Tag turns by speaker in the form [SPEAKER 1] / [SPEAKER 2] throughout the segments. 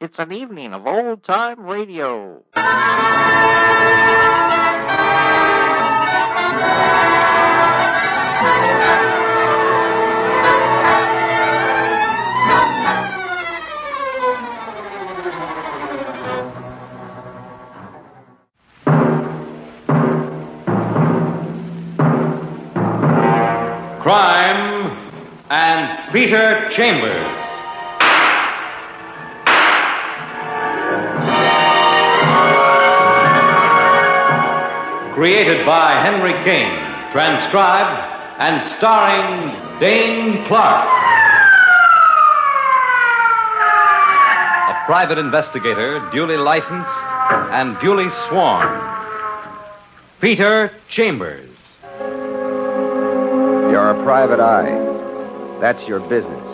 [SPEAKER 1] It's an evening of old time radio.
[SPEAKER 2] Crime and Peter Chambers. Created by Henry King, transcribed and starring Dane Clark. A private investigator duly licensed and duly sworn. Peter Chambers.
[SPEAKER 3] You're a private eye. That's your business.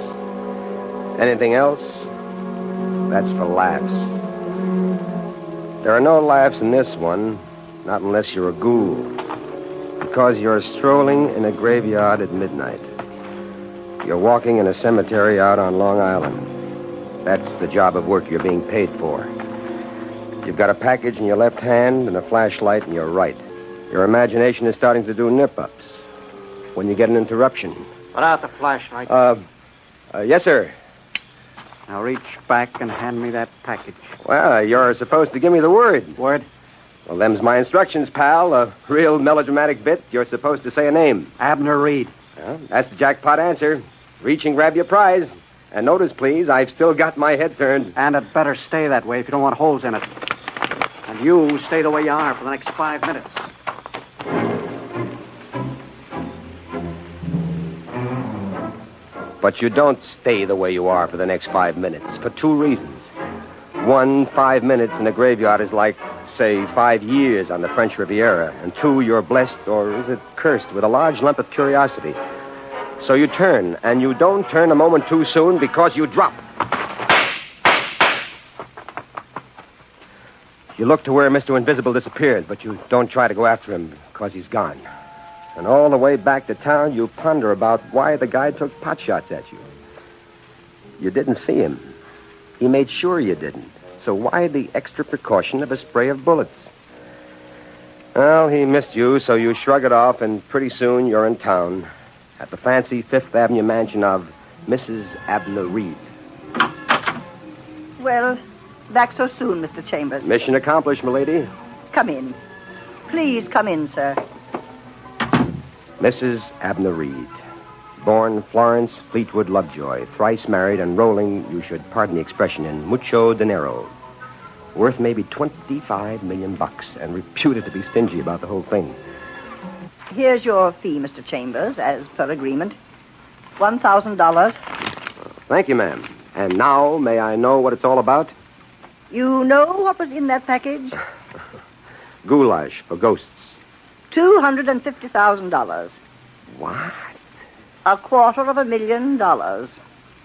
[SPEAKER 3] Anything else? That's for laughs. There are no laughs in this one, not unless you're a ghoul. Because you're strolling in a graveyard at midnight. You're walking in a cemetery out on Long Island. That's the job of work you're being paid for. You've got a package in your left hand and a flashlight in your right. Your imagination is starting to do nip ups when you get an interruption.
[SPEAKER 4] Put out the flashlight.
[SPEAKER 3] Uh, uh, yes, sir.
[SPEAKER 4] now reach back and hand me that package.
[SPEAKER 3] Well, you're supposed to give me the word.
[SPEAKER 4] Word?
[SPEAKER 3] Well, them's my instructions, pal. A real melodramatic bit. You're supposed to say a name.
[SPEAKER 4] Abner Reed.
[SPEAKER 3] Well, that's the jackpot answer. Reach and grab your prize. And notice, please, I've still got my head turned.
[SPEAKER 4] And it better stay that way if you don't want holes in it. And you stay the way you are for the next five minutes.
[SPEAKER 3] But you don't stay the way you are for the next five minutes for two reasons. One, five minutes in a graveyard is like, say, five years on the French Riviera. And two, you're blessed, or is it cursed, with a large lump of curiosity. So you turn, and you don't turn a moment too soon because you drop. You look to where Mr. Invisible disappeared, but you don't try to go after him because he's gone. And all the way back to town, you ponder about why the guy took pot shots at you. You didn't see him. He made sure you didn't. So why the extra precaution of a spray of bullets? Well, he missed you, so you shrug it off, and pretty soon you're in town at the fancy Fifth Avenue mansion of Mrs. Abner Reed.
[SPEAKER 5] Well, back so soon, Mr. Chambers.
[SPEAKER 3] Mission accomplished, milady.
[SPEAKER 5] Come in. Please come in, sir.
[SPEAKER 3] Mrs. Abner Reed. Born Florence Fleetwood Lovejoy, thrice married and rolling, you should pardon the expression, in mucho dinero. Worth maybe 25 million bucks and reputed to be stingy about the whole thing.
[SPEAKER 5] Here's your fee, Mr. Chambers, as per agreement. $1,000.
[SPEAKER 3] Thank you, ma'am. And now, may I know what it's all about?
[SPEAKER 5] You know what was in that package?
[SPEAKER 3] Goulash for ghosts.
[SPEAKER 5] $250,000.
[SPEAKER 3] What?
[SPEAKER 5] A quarter of a million dollars.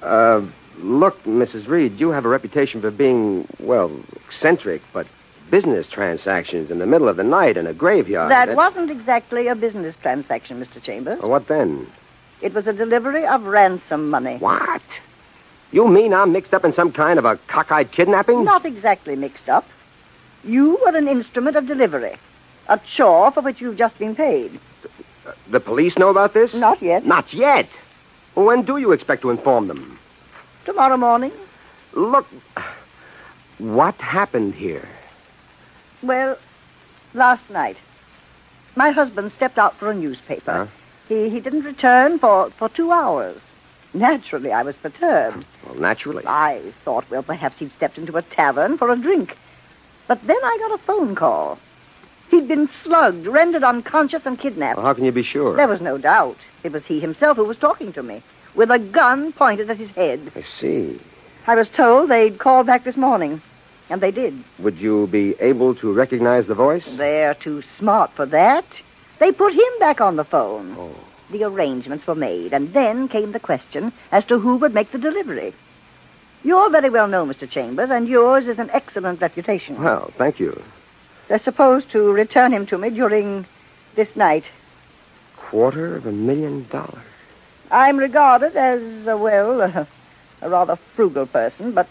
[SPEAKER 3] Uh, look, Mrs. Reed, you have a reputation for being, well, eccentric, but business transactions in the middle of the night in a graveyard.
[SPEAKER 5] that
[SPEAKER 3] Uh, that's- Oh.
[SPEAKER 5] wasn't exactly a business transaction, Mr. Chambers.
[SPEAKER 3] What then?
[SPEAKER 5] It was a delivery of ransom money.
[SPEAKER 3] What? You mean I'm mixed up in some kind of a cockeyed kidnapping?
[SPEAKER 5] Not exactly mixed up. You were an instrument of delivery, a chore for which you've just been paid.
[SPEAKER 3] The police know about this?
[SPEAKER 5] Not yet.
[SPEAKER 3] Not yet. When do you expect to inform them?
[SPEAKER 5] Tomorrow morning.
[SPEAKER 3] Look, what happened here?
[SPEAKER 5] Well, last night, my husband stepped out for a newspaper.
[SPEAKER 3] Huh?
[SPEAKER 5] He, he didn't return for, for two hours. Naturally, I was perturbed.
[SPEAKER 3] Well, naturally.
[SPEAKER 5] I thought, well, perhaps he'd stepped into a tavern for a drink. But then I got a phone call. He'd been slugged, rendered unconscious, and kidnapped.
[SPEAKER 3] Well, how can you be sure?
[SPEAKER 5] There was no doubt. It was he himself who was talking to me, with a gun pointed at his head.
[SPEAKER 3] I see.
[SPEAKER 5] I was told they'd call back this morning, and they did.
[SPEAKER 3] Would you be able to recognize the voice?
[SPEAKER 5] They're too smart for that. They put him back on the phone.
[SPEAKER 3] Oh.
[SPEAKER 5] The arrangements were made, and then came the question as to who would make the delivery. You're very well known, Mr. Chambers, and yours is an excellent reputation.
[SPEAKER 3] Well, thank you.
[SPEAKER 5] They're supposed to return him to me during this night.
[SPEAKER 3] Quarter of a million dollars.
[SPEAKER 5] I'm regarded as, uh, well, a rather frugal person, but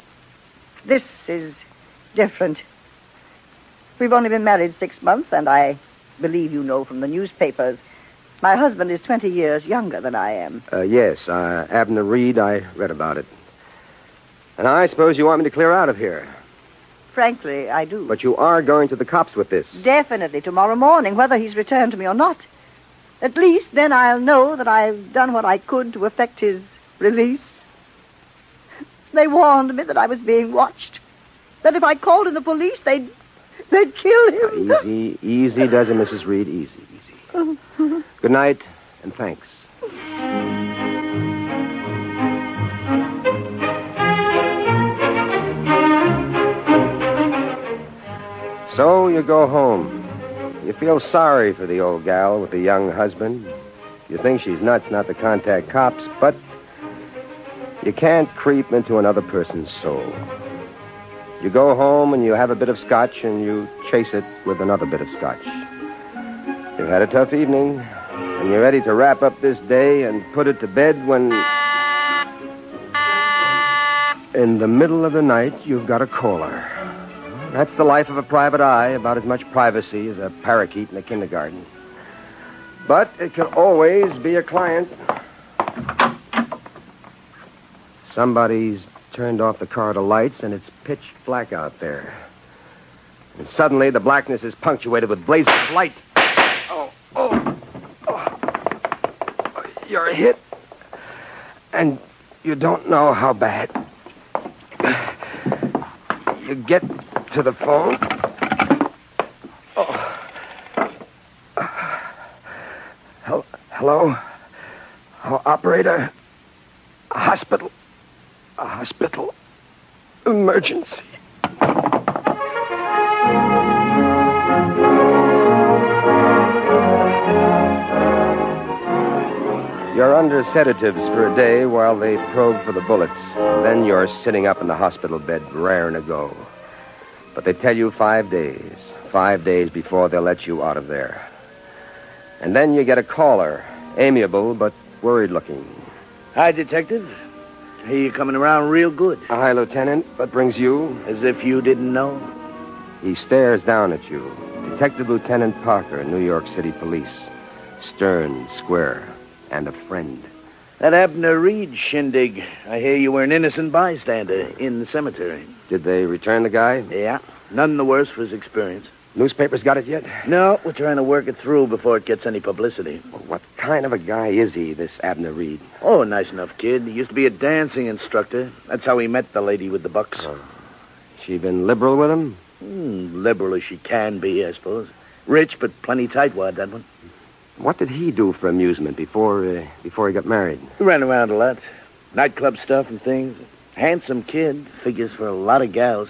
[SPEAKER 5] This is different. We've only been married six months, and I believe you know from the newspapers. My husband is 20 years younger than I am.
[SPEAKER 3] Uh, yes, uh, Abner Reed, I read about it. And I suppose you want me to clear out of here.
[SPEAKER 5] Frankly, I do.
[SPEAKER 3] But you are going to the cops with this.
[SPEAKER 5] Definitely tomorrow morning, whether he's returned to me or not. At least then I'll know that I've done what I could to effect his release. They warned me that I was being watched. That if I called in the police, they'd they'd kill him.
[SPEAKER 3] easy, easy does it, Mrs. Reed. Easy, easy. Good night, and thanks. So you go home. You feel sorry for the old gal with the young husband. You think she's nuts not to contact cops, but you can't creep into another person's soul. You go home and you have a bit of scotch and you chase it with another bit of scotch. You've had a tough evening and you're ready to wrap up this day and put it to bed when. In the middle of the night, you've got a caller. That's the life of a private eye, about as much privacy as a parakeet in a kindergarten. But it can always be a client. Somebody's turned off the corridor lights, and it's pitch black out there. And suddenly, the blackness is punctuated with blazes of light. Oh, oh, oh. You're hit. And you don't know how bad. You get to the phone. Oh. Hel- Hello? Oh, operator? Hospital? A hospital. Emergency. You're under sedatives for a day while they probe for the bullets. Then you're sitting up in the hospital bed, raring to go. But they tell you five days. Five days before they'll let you out of there. And then you get a caller, amiable but worried looking.
[SPEAKER 6] Hi, Detective. Here you're coming around real good.
[SPEAKER 3] Hi, Lieutenant. What brings you?
[SPEAKER 6] As if you didn't know.
[SPEAKER 3] He stares down at you. Detective Lieutenant Parker, New York City Police. Stern, square, and a friend.
[SPEAKER 6] That Abner Reed shindig. I hear you were an innocent bystander in the cemetery.
[SPEAKER 3] Did they return the guy?
[SPEAKER 6] Yeah. None the worse for his experience.
[SPEAKER 3] Newspapers got it yet?
[SPEAKER 6] No, we're trying to work it through before it gets any publicity.
[SPEAKER 3] What kind of a guy is he, this Abner Reed?
[SPEAKER 6] Oh, nice enough kid. He used to be a dancing instructor. That's how he met the lady with the bucks.
[SPEAKER 3] Oh. She been liberal with him?
[SPEAKER 6] Hmm, liberal as she can be, I suppose. Rich, but plenty tightwad, that one.
[SPEAKER 3] What did he do for amusement before uh, before he got married?
[SPEAKER 6] He ran around a lot. Nightclub stuff and things. Handsome kid. Figures for a lot of gals.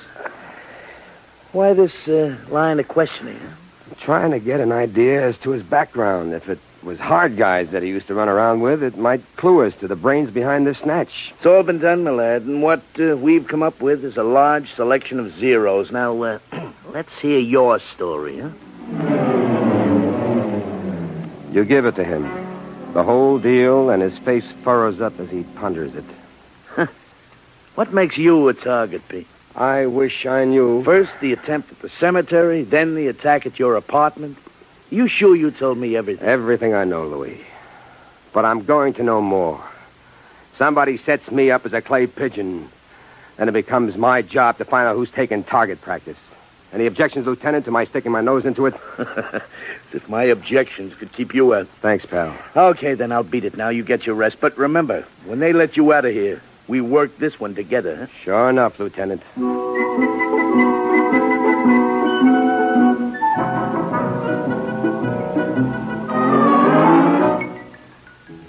[SPEAKER 6] Why this uh, line of questioning?
[SPEAKER 3] I'm trying to get an idea as to his background. If it was hard guys that he used to run around with, it might clue us to the brains behind this snatch.
[SPEAKER 6] It's all been done, my lad, and what uh, we've come up with is a large selection of zeros. Now, uh, let's hear your story, huh?
[SPEAKER 3] You give it to him. The whole deal, and his face furrows up as he ponders it.
[SPEAKER 6] What makes you a target, Pete?
[SPEAKER 3] I wish I knew.
[SPEAKER 6] First the attempt at the cemetery, then the attack at your apartment. You sure you told me everything?
[SPEAKER 3] Everything I know, Louis. But I'm going to know more. Somebody sets me up as a clay pigeon, and it becomes my job to find out who's taking target practice. Any objections, Lieutenant, to my sticking my nose into it?
[SPEAKER 6] As if my objections could keep you out.
[SPEAKER 3] Thanks, pal.
[SPEAKER 6] Okay, then I'll beat it now. You get your rest. But remember, when they let you out of here, we worked this one together, huh?
[SPEAKER 3] Sure enough, Lieutenant.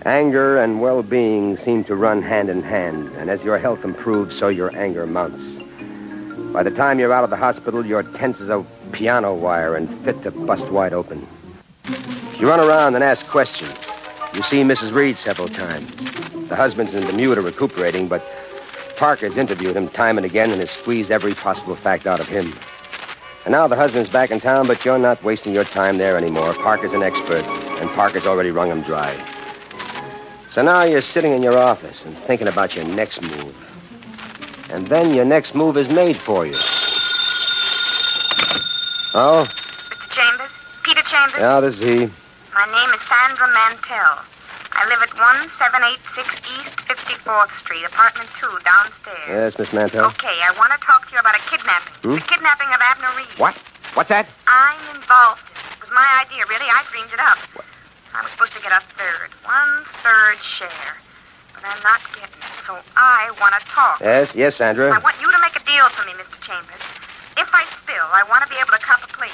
[SPEAKER 3] Anger and well being seem to run hand in hand, and as your health improves, so your anger mounts. By the time you're out of the hospital, you're tense as a piano wire and fit to bust wide open. You run around and ask questions. You see Mrs. Reed several times. The husband's in Bermuda recuperating, but Parker's interviewed him time and again and has squeezed every possible fact out of him. And now the husband's back in town, but you're not wasting your time there anymore. Parker's an expert, and Parker's already wrung him dry. So now you're sitting in your office and thinking about your next move. And then your next move is made for you. Oh?
[SPEAKER 7] Chambers? Peter Chambers?
[SPEAKER 3] Yeah, this is he.
[SPEAKER 7] My name is Sandra Mantell. I live at 1786 East 54th Street, apartment 2, downstairs.
[SPEAKER 3] Yes, Miss Mantell.
[SPEAKER 7] Okay, I want to talk to you about a kidnapping.
[SPEAKER 3] Hmm?
[SPEAKER 7] The kidnapping of Abner Reed.
[SPEAKER 3] What? What's that?
[SPEAKER 7] I'm involved. in it. It was my idea, really. I dreamed it up. I was supposed to get a third, one third share. But I'm not getting it, so I want to talk.
[SPEAKER 3] Yes, yes, Sandra.
[SPEAKER 7] I want you to make a deal for me, Mr. Chambers. If I spill, I want to be able to cop a plea.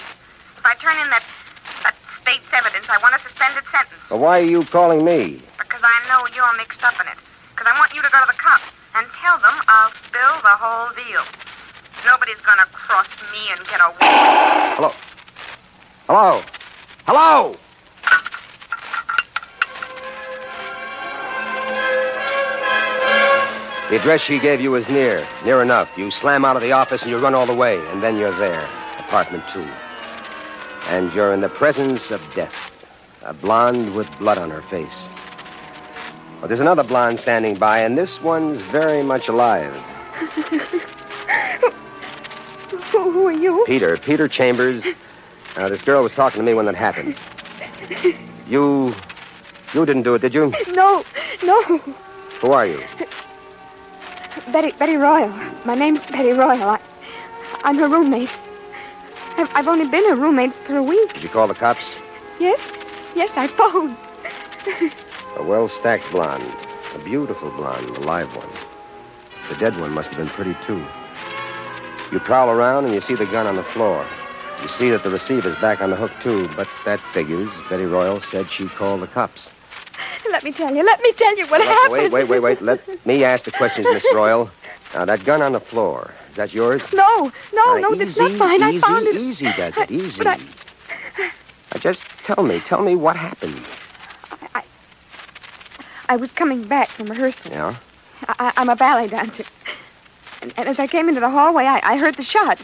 [SPEAKER 7] If I turn in that, that state's evidence, I want a suspended sentence
[SPEAKER 3] But why are you calling me?
[SPEAKER 7] because I know you're mixed up in it. Because I want you to go to the cops and tell them I'll spill the whole deal. Nobody's going to cross me and get away.
[SPEAKER 3] Hello? Hello? The address she gave you is near. Near enough. You slam out of the office and you run all the way, and then you're there. Apartment two. And you're in the presence of death. A blonde with blood on her face. But there's another blonde standing by, and this one's very much alive.
[SPEAKER 8] Who, who are you?
[SPEAKER 3] Peter, Peter Chambers. Now, this girl was talking to me when that happened. You. You didn't do it, did you?
[SPEAKER 9] No, no.
[SPEAKER 3] Who are you?
[SPEAKER 9] Betty, Betty Royal. My name's Betty Royal. I, I'm her roommate. I've, I've only been her roommate for a week.
[SPEAKER 3] Did you call the cops?
[SPEAKER 9] Yes, yes, I phoned.
[SPEAKER 3] A well stacked blonde. A beautiful blonde, a live one. The dead one must have been pretty, too. You prowl around and you see the gun on the floor. You see that the receiver's back on the hook, too, but that figures. Betty Royal said she called the cops.
[SPEAKER 9] Let me tell you. Let me tell you what
[SPEAKER 3] Look,
[SPEAKER 9] happened.
[SPEAKER 3] wait, wait, wait, wait. Let me ask the questions, Miss Royal. Now, that gun on the floor, is that yours?
[SPEAKER 9] No, no,
[SPEAKER 3] Now,
[SPEAKER 9] no,
[SPEAKER 3] easy,
[SPEAKER 9] that's not mine.
[SPEAKER 3] Easy,
[SPEAKER 9] I found it.
[SPEAKER 3] Easy does
[SPEAKER 9] I-
[SPEAKER 3] it, easy.
[SPEAKER 9] But I,
[SPEAKER 3] Now, just tell me, tell me what happened.
[SPEAKER 9] I was coming back from rehearsal.
[SPEAKER 3] Yeah?
[SPEAKER 9] I, I, I'm a ballet dancer. And, and as I came into the hallway, I, I heard the shots.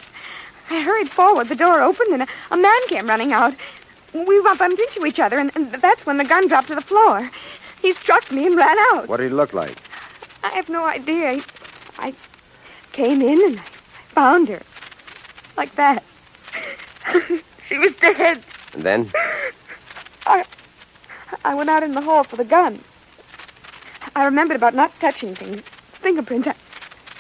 [SPEAKER 9] I hurried forward. The door opened, and a, a man came running out. We bumped into each other, and, and that's when the gun dropped to the floor. He struck me and ran out.
[SPEAKER 3] What did he look like?
[SPEAKER 9] I have no idea. I, I came in and I found her. Like that. she was dead.
[SPEAKER 3] And then?
[SPEAKER 9] I went out in the hall for the gun. I remembered about not touching things, fingerprints. I,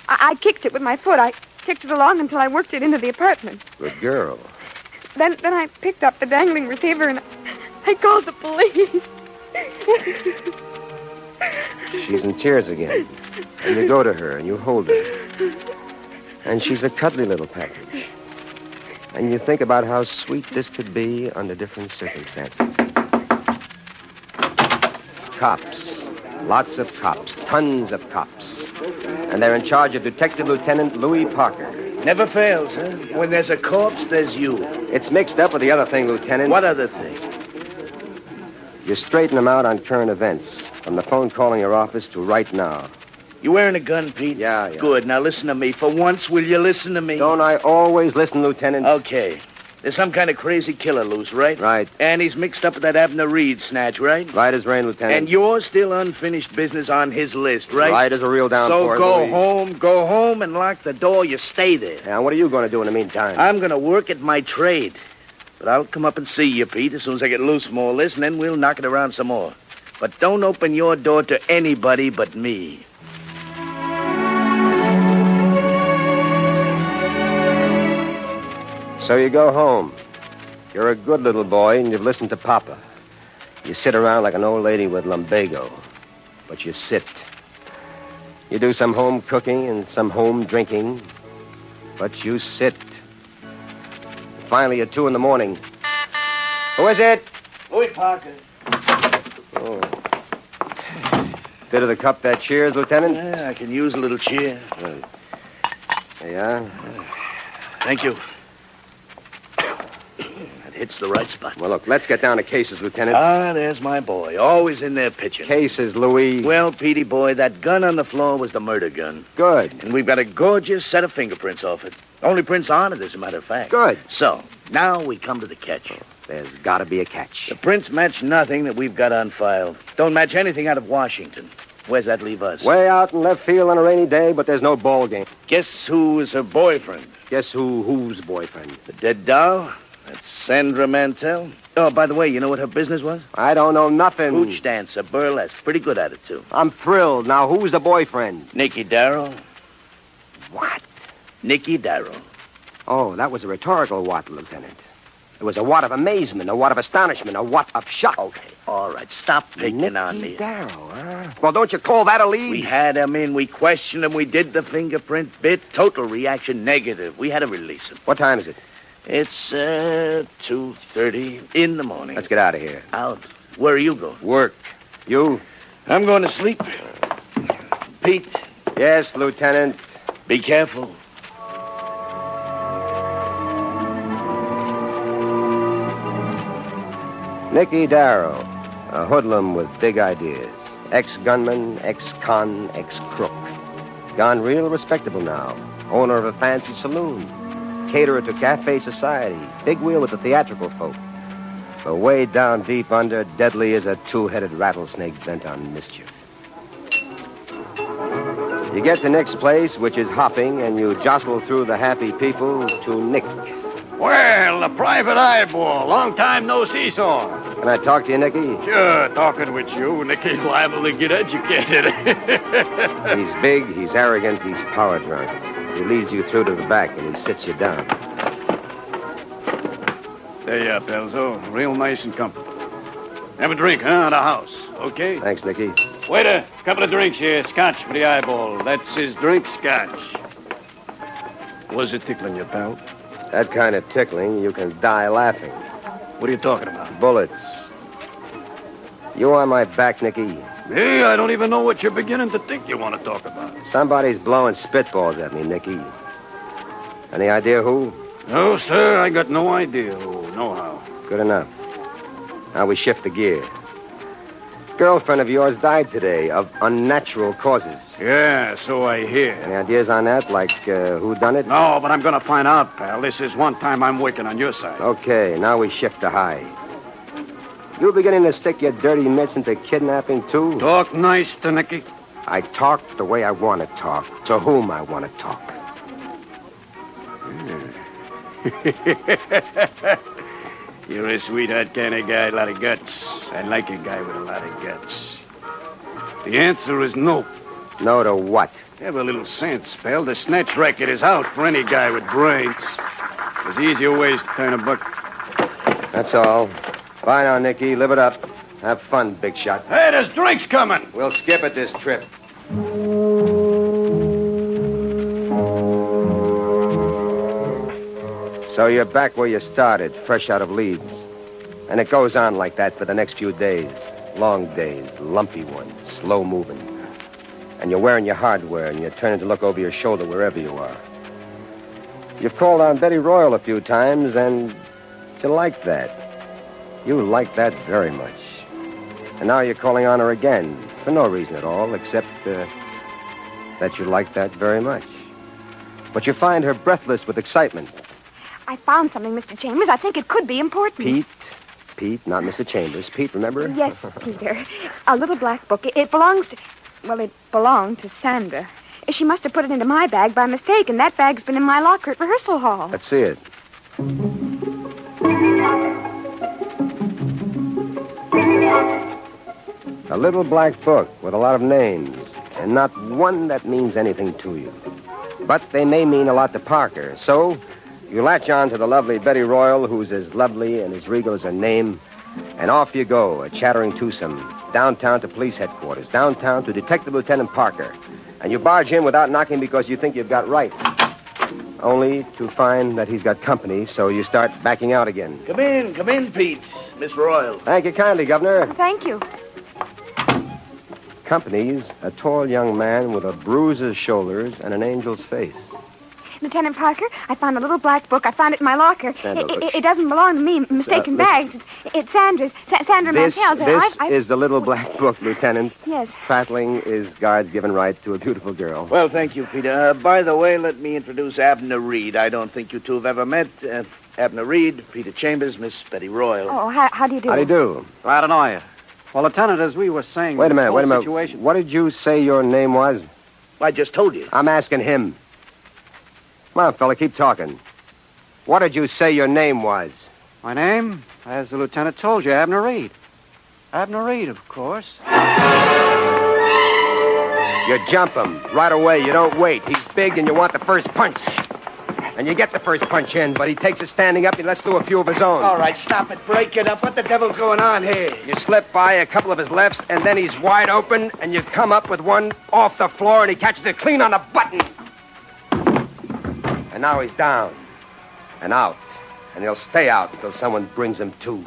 [SPEAKER 9] I, I kicked it with my foot. I kicked it along until I worked it into the apartment.
[SPEAKER 3] Good girl.
[SPEAKER 9] Then, then I picked up the dangling receiver and I called the police.
[SPEAKER 3] She's in tears again. And you go to her and you hold her. And she's a cuddly little package. And you think about how sweet this could be under different circumstances. Cops. Lots of cops. Tons of cops. And they're in charge of Detective Lieutenant Louis Parker.
[SPEAKER 6] Never fails, huh? When there's a corpse, there's you.
[SPEAKER 3] It's mixed up with the other thing, Lieutenant.
[SPEAKER 6] What other thing?
[SPEAKER 3] You straighten them out on current events, from the phone calling your office to right now.
[SPEAKER 6] You wearing a gun, Pete?
[SPEAKER 3] Yeah, yeah.
[SPEAKER 6] Good. Now listen to me. For once, will you listen to me?
[SPEAKER 3] Don't I always listen, Lieutenant?
[SPEAKER 6] Okay. There's some kind of crazy killer loose, right?
[SPEAKER 3] Right,
[SPEAKER 6] And he's mixed up with that Abner Reed snatch, right?
[SPEAKER 3] right as rain, Lieutenant.
[SPEAKER 6] And you're still unfinished business on his list, right?
[SPEAKER 3] as a real down.
[SPEAKER 6] so go home, go home and lock the door. You stay there.
[SPEAKER 3] Now, what are you going to do in the meantime?
[SPEAKER 6] I'm going to work at my trade. But I'll come up and see you, Pete, as soon as I get loose from all this, and then we'll knock it around some more. But don't open your door to anybody but me.
[SPEAKER 3] So you go home. You're a good little boy, and you've listened to Papa. You sit around like an old lady with lumbago, but you sit. You do some home cooking and some home drinking, but you sit. Finally, at two in the morning. Who is it?
[SPEAKER 6] Louis Parker.
[SPEAKER 3] Oh. Bit of the cup that cheers, Lieutenant.
[SPEAKER 6] Yeah, I can use a little cheer.
[SPEAKER 3] There you are.
[SPEAKER 6] Thank you. that hits the right spot.
[SPEAKER 3] Well, look, let's get down to cases, Lieutenant.
[SPEAKER 6] Ah, there's my boy. Always in there pitching.
[SPEAKER 3] cases, Louis.
[SPEAKER 6] Well, Petey boy, that gun on the floor was the murder gun.
[SPEAKER 3] Good,
[SPEAKER 6] And we've got a gorgeous set of fingerprints off it. Only prints on it, as a matter of fact.
[SPEAKER 3] good. Oh,
[SPEAKER 6] So, now we come to the catch.
[SPEAKER 3] There's got to be a catch.
[SPEAKER 6] The prints match nothing that we've got on file. Don't match anything out of Washington.
[SPEAKER 10] Where's that leave us?
[SPEAKER 3] Way out in left field on a rainy day, but there's no ball game.
[SPEAKER 10] Guess who is her boyfriend?
[SPEAKER 3] Guess who? Whose boyfriend?
[SPEAKER 10] The dead doll? That's Sandra Mantell. Oh, by the way, you know what her business was?
[SPEAKER 3] I don't know nothing.
[SPEAKER 10] Hooch dancer, burlesque. Pretty good at it, too.
[SPEAKER 3] I'm thrilled. Now, who's the boyfriend?
[SPEAKER 10] Nicky Darrow.
[SPEAKER 3] What?
[SPEAKER 10] Nicky Darrow.
[SPEAKER 3] Oh, that was a rhetorical what, Lieutenant. It was a what of amazement, a what of astonishment, a what of shock. Okay.
[SPEAKER 10] All right, stop picking
[SPEAKER 3] Nicky
[SPEAKER 10] on me.
[SPEAKER 3] Darrow, huh? Well, don't you call that a lead?
[SPEAKER 10] We had him in, we questioned him, we did the fingerprint bit. Total reaction negative. We had to release him.
[SPEAKER 3] What time is it?
[SPEAKER 10] It's, uh, 2.30 in the morning.
[SPEAKER 3] Let's get out of here.
[SPEAKER 10] out. Where are you going?
[SPEAKER 3] Work. You?
[SPEAKER 10] I'm going to sleep. Pete,
[SPEAKER 3] Yes, Lieutenant.
[SPEAKER 10] be careful.
[SPEAKER 3] Nicky Darrow, a hoodlum with big ideas. Ex gunman, ex con, ex crook. Gone real respectable now. Owner of a fancy saloon. Caterer to cafe society. Big wheel with the theatrical folk. But way down deep under, deadly as a two headed rattlesnake bent on mischief. You get to Nick's place, which is hopping, and you jostle through the happy people to Nick.
[SPEAKER 6] Well, the private eyeball. Long time no see, saw.
[SPEAKER 3] Can I talk to you, Nicky?
[SPEAKER 6] Sure, talking with you, Nicky's liable to get educated.
[SPEAKER 3] He's big, he's arrogant, he's power drunk. He leads you through to the back and he sits you down.
[SPEAKER 6] There you are,
[SPEAKER 10] Oh,
[SPEAKER 6] Pelzo. Real nice and comfortable. Have a drink, huh, at the house. Okay?
[SPEAKER 3] Thanks, Nicky.
[SPEAKER 6] Waiter, couple of drinks here. Scotch for the eyeball. That's his drink, scotch. Was it tickling you, pal?
[SPEAKER 3] That kind of tickling, you can die laughing.
[SPEAKER 6] What are you talking about?
[SPEAKER 3] Bullets. You on my back, Nicky.
[SPEAKER 6] Me? I don't even know what you're beginning to think you want to talk about.
[SPEAKER 3] Somebody's blowing spitballs at me, Nicky. Any idea who?
[SPEAKER 6] No, sir, I got no idea who, no how.
[SPEAKER 3] Good enough. Now we shift the gear. Girlfriend of yours died today of unnatural causes.
[SPEAKER 6] Yeah, so I hear.
[SPEAKER 3] Any ideas on that, like uh, who done it?
[SPEAKER 6] No, but I'm gonna find out, pal. This is one time I'm working on your side.
[SPEAKER 3] Okay, now we shift to high. You beginning to stick your dirty mitts into kidnapping, too?
[SPEAKER 6] Talk nice to Nicky.
[SPEAKER 3] I talk the way I want to talk, to whom I want to talk.
[SPEAKER 6] Hmm. You're a sweetheart kind of guy, a lot of guts. I like a guy with a lot of guts. The answer is no.
[SPEAKER 3] No to what?
[SPEAKER 6] Have a little sense, pal. The snatch racket is out for any guy with brains. There's easier ways to turn a buck.
[SPEAKER 3] That's all. Bye now, Nicky. Live it up. Have fun, big shot.
[SPEAKER 6] Hey, there's drinks coming.
[SPEAKER 3] We'll skip it this trip. So you're back where you started, fresh out of Leeds. And it goes on like that for the next few days. Long days, lumpy ones, slow moving. And you're wearing your hardware and you're turning to look over your shoulder wherever you are. You've called on Betty Royal a few times and you like that. You like that very much. And now you're calling on her again for no reason at all, except uh, that you like that very much. But you find her breathless with excitement.
[SPEAKER 9] I found something, Mr. Chambers. I think it could be important.
[SPEAKER 3] Pete, Pete, not Mr. Chambers. Pete, remember?
[SPEAKER 9] Yes, Peter. A little black book. It, it belongs to. Well, it belonged to Sandra. She must have put it into my bag by mistake, and that bag's been in my locker at rehearsal hall.
[SPEAKER 3] Let's see it. A little black book with a lot of names, and not one that means anything to you. But they may mean a lot to Parker, so you latch on to the lovely Betty Royal, who's as lovely and as regal as her name, and off you go, a chattering twosome, downtown to police headquarters, downtown to Detective Lieutenant Parker. And you barge in without knocking because you think you've got right only to find that he's got company, so you start backing out again.
[SPEAKER 10] Come in, come in, Pete. Miss Royal.
[SPEAKER 3] Thank you kindly, Governor.
[SPEAKER 9] Thank you.
[SPEAKER 3] Company's a tall young man with a bruiser's shoulders and an angel's face.
[SPEAKER 9] Lieutenant Parker, I found a little black book. I found it in my locker.
[SPEAKER 3] Sandra,
[SPEAKER 9] it,
[SPEAKER 3] look.
[SPEAKER 9] it, it doesn't belong to me. Mistaken
[SPEAKER 3] listen.
[SPEAKER 9] bags. It's, it's Sandra's. Sa- Sandra
[SPEAKER 3] This,
[SPEAKER 9] Mantell's. I-
[SPEAKER 3] this
[SPEAKER 9] I- I-
[SPEAKER 3] is the little black book, Lieutenant.
[SPEAKER 9] Yes.
[SPEAKER 3] Prattling is God's given right to a beautiful girl.
[SPEAKER 10] Well, thank you, Peter. Uh, by the way, let me introduce Abner Reed. I don't think you two have ever met. Uh, Abner Reed, Peter Chambers, Miss Betty Royal.
[SPEAKER 9] Oh, how, how do you do?
[SPEAKER 3] How do you do?
[SPEAKER 11] Glad to know you.
[SPEAKER 12] Well, Lieutenant, as we were saying,
[SPEAKER 3] Wait a
[SPEAKER 12] this
[SPEAKER 3] minute,
[SPEAKER 12] whole
[SPEAKER 3] wait a minute.
[SPEAKER 12] Situation...
[SPEAKER 3] What did you say your name was?
[SPEAKER 6] I just told you.
[SPEAKER 3] I'm asking him. Come on, fella, keep talking. What did you say your name was?
[SPEAKER 12] My name, as the lieutenant told you, Abner Reed. Abner Reed, of course.
[SPEAKER 3] You jump him right away. You don't wait. He's big and you want the first punch. And you get the first punch in, but he takes it standing up and lets do a few of his own.
[SPEAKER 6] All right, stop it. Break it up. What the devil's going on here?
[SPEAKER 3] You slip by a couple of his lefts, and then he's wide open, and you come up with one off the floor, and he catches it clean on the button. And now he's down and out, and he'll stay out until someone brings him to.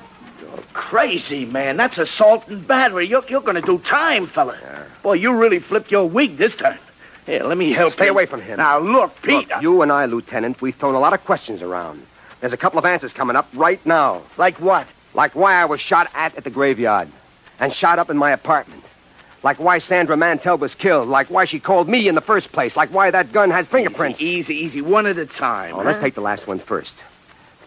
[SPEAKER 6] Crazy, man. That's assault and battery. You're, you're going to do time, fella. Boy, you really flipped your wig this time. Here, let me help
[SPEAKER 3] Stay
[SPEAKER 6] you.
[SPEAKER 3] away from him.
[SPEAKER 6] Now, look, Pete.
[SPEAKER 3] Look, you and I, Lieutenant, we've thrown a lot of questions around. There's a couple of answers coming up right now.
[SPEAKER 6] Like what?
[SPEAKER 3] Like why I was shot at at the graveyard and shot up in my apartment. Like why Sandra Mantell was killed. Like why she called me in the first place. Like why that gun has fingerprints.
[SPEAKER 6] Easy, easy. One at a time.
[SPEAKER 3] Oh, let's
[SPEAKER 6] huh?
[SPEAKER 3] take the last one first.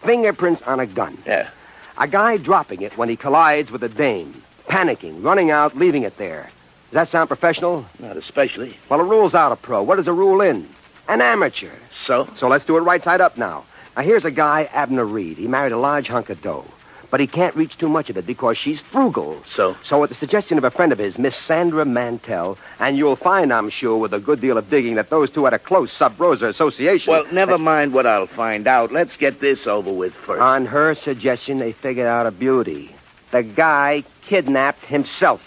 [SPEAKER 3] Fingerprints on a gun.
[SPEAKER 6] Yeah.
[SPEAKER 3] A guy dropping it when he collides with a dame, panicking, running out, leaving it there. Does that sound professional?
[SPEAKER 6] Not especially.
[SPEAKER 3] Well, a rule's out a pro. What is a rule in? An amateur.
[SPEAKER 6] So?
[SPEAKER 3] So let's do it right side up now. Now, here's a guy, Abner Reed. He married a large hunk of dough, but he can't reach too much of it because she's frugal.
[SPEAKER 6] So?
[SPEAKER 3] So, at the suggestion of a friend of his, Miss Sandra Mantell, and you'll find, I'm sure, with a good deal of digging, that those two had a close sub rosa association.
[SPEAKER 6] Well, never mind what I'll find out. Let's get this over with first.
[SPEAKER 3] On her suggestion, they figured out a beauty. The guy kidnapped himself.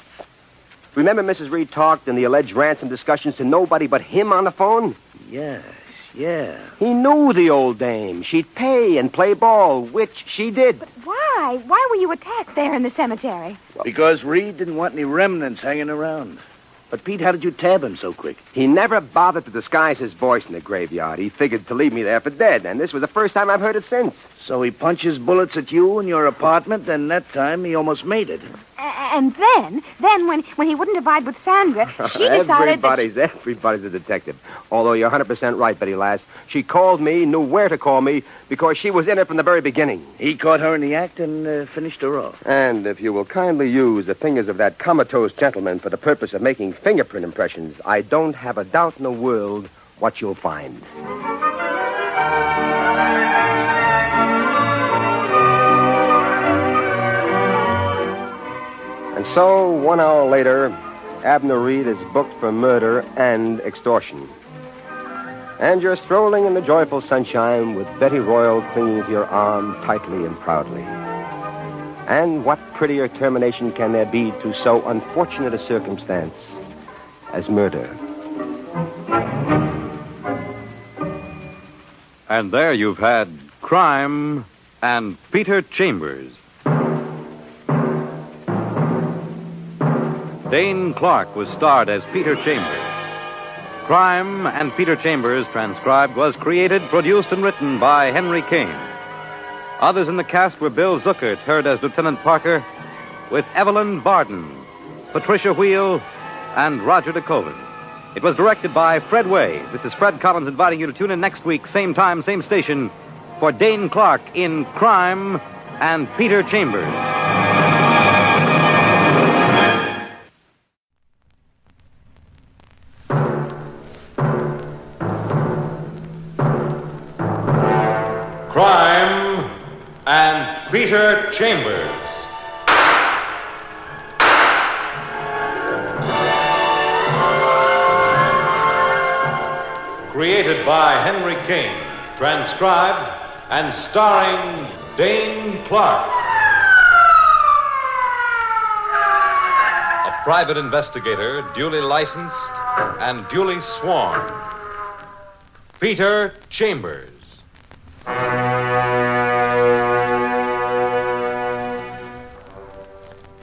[SPEAKER 3] Remember, Mrs. Reed talked in the alleged ransom discussions to nobody but him on the phone?
[SPEAKER 6] yes, yeah.
[SPEAKER 3] He knew the old dame. She'd pay and play ball, which she did.
[SPEAKER 9] Why? Why were you attacked there in the cemetery?
[SPEAKER 6] Because Reed didn't want any remnants hanging around. But, Pete, how did you tab him so quick?
[SPEAKER 3] He never bothered to disguise his voice in the graveyard. He figured to leave me there for dead, and this was the first time I've heard it since.
[SPEAKER 6] So he punches bullets at you in your apartment, and that time he almost made it.
[SPEAKER 9] A- and then, then when, when he wouldn't divide with Sandra, she decided that...
[SPEAKER 3] everybody's, everybody's a detective. Although you're 100% right, Betty Lass. She called me, knew where to call me, because she was in it from the very beginning.
[SPEAKER 6] He caught her in the act and uh, finished her off.
[SPEAKER 3] And if you will kindly use the fingers of that comatose gentleman for the purpose of making fingerprint impressions, I don't have a doubt in the world what you'll find. And so, one hour later, Abner Reed is booked for murder and extortion. And you're strolling in the joyful sunshine with Betty Royal clinging to your arm tightly and proudly. And what prettier termination can there be to so unfortunate a circumstance as murder?
[SPEAKER 2] And there you've had Crime and Peter Chambers. Dane Clark was starred as Peter Chambers. Crime and Peter Chambers, transcribed, was created, produced, and written by Henry Kane. Others in the cast were Bill Zuckert, heard as Lieutenant Parker, with Evelyn Barden, Patricia Wheel, and Roger DeCoven. It was directed by Fred Way. This is Fred Collins inviting you to tune in next week, same time, same station, for Dane Clark in Crime and Peter Chambers. Crime and Peter Chambers.
[SPEAKER 13] created by Henry King, transcribed and starring Dane Clark. A private investigator duly licensed and duly sworn. Peter Chambers.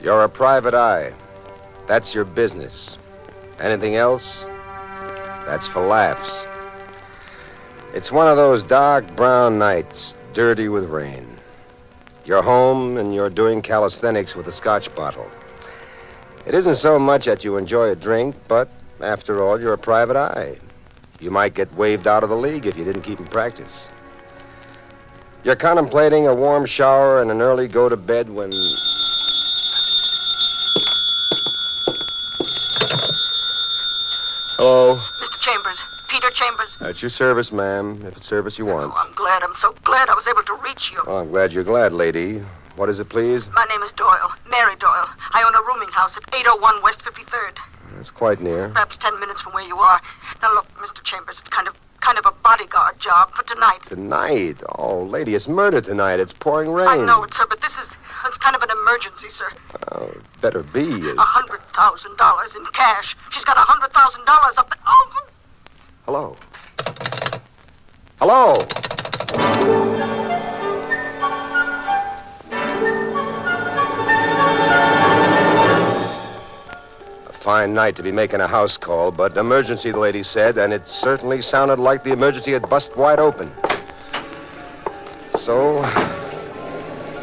[SPEAKER 3] You're a private eye. That's your business. Anything else? That's for laughs. It's one of those dark brown nights, dirty with rain. You're home and you're doing calisthenics with a scotch bottle. It isn't so much that you enjoy a drink, but after all, you're a private eye. You might get waved out of the league if you didn't keep in practice. You're contemplating a warm shower and an early go to bed when. Hello.
[SPEAKER 14] Mr. Chambers, Peter Chambers. Oh,
[SPEAKER 3] At your service, ma'am, if it's service you want.
[SPEAKER 14] I'm glad. I'm so glad I was able to reach you.
[SPEAKER 3] Oh, I'm glad you're glad, lady. What is it, please?
[SPEAKER 14] My name is Doyle, Mary Doyle. I own a rooming house at 801 West 53rd,
[SPEAKER 3] It's quite near.
[SPEAKER 14] perhaps 10 minutes from where you are. Now look, Mr. Chambers, it's kind of kind of a bodyguard job for tonight.
[SPEAKER 3] Tonight? Oh, lady, it's murder tonight. It's pouring rain.
[SPEAKER 14] I know it, sir, but this is it's kind of an emergency, sir.
[SPEAKER 3] Oh, it better be.
[SPEAKER 14] A hundred thousand dollars in cash. She's got a hundred thousand dollars up. there. Oh,
[SPEAKER 3] Hello. Hello. A fine night to be making a house call, but an emergency, the lady said, and it certainly sounded like the emergency had bust wide open. So,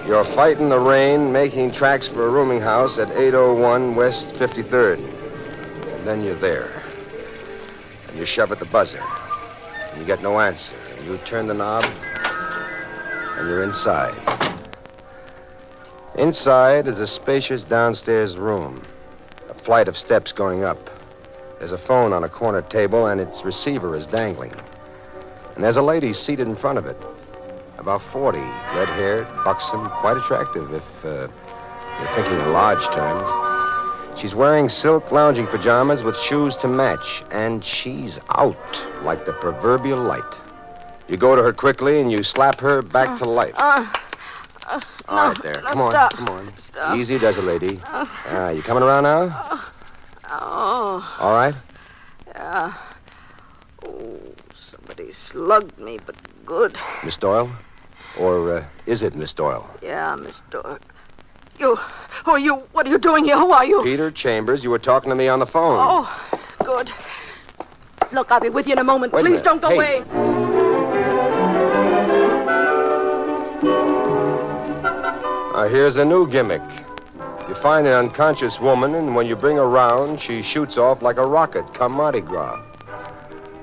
[SPEAKER 3] you're fighting the rain, making tracks for a rooming house at 801 West 53rd. And then you're there. And you shove at the buzzer. And you get no answer. And you turn the knob. And you're inside. Inside is a spacious downstairs room. A flight of steps going up. There's a phone on a corner table, and its receiver is dangling. And there's a lady seated in front of it. About 40, red haired, buxom, quite attractive if uh, you're thinking in large terms. She's wearing silk lounging pajamas with shoes to match, and she's out like the proverbial light. You go to her quickly and you slap her back to life.
[SPEAKER 14] Uh, uh,
[SPEAKER 3] All right, there.
[SPEAKER 14] no,
[SPEAKER 3] come on,
[SPEAKER 14] stop.
[SPEAKER 3] come on.
[SPEAKER 14] Stop.
[SPEAKER 3] Easy does it, lady.
[SPEAKER 14] Uh.
[SPEAKER 3] Ah, you coming around now?
[SPEAKER 14] oh,
[SPEAKER 3] All right.
[SPEAKER 14] yeah. Oh, somebody slugged me, but good.
[SPEAKER 3] Miss Doyle? Or uh, is it Miss Doyle?
[SPEAKER 14] Yeah, Miss Doyle. You, who are you? What are you doing here? Who are you?
[SPEAKER 3] Peter Chambers, you were talking to me on the phone.
[SPEAKER 14] Oh, good. Look, I'll be with you in a moment.
[SPEAKER 3] Wait a
[SPEAKER 14] Please
[SPEAKER 3] minute.
[SPEAKER 14] don't go
[SPEAKER 3] Hey.
[SPEAKER 14] away.
[SPEAKER 3] Uh, here's a new gimmick. You find an unconscious woman, and when you bring her round, she shoots off like a rocket come Mardi Gras.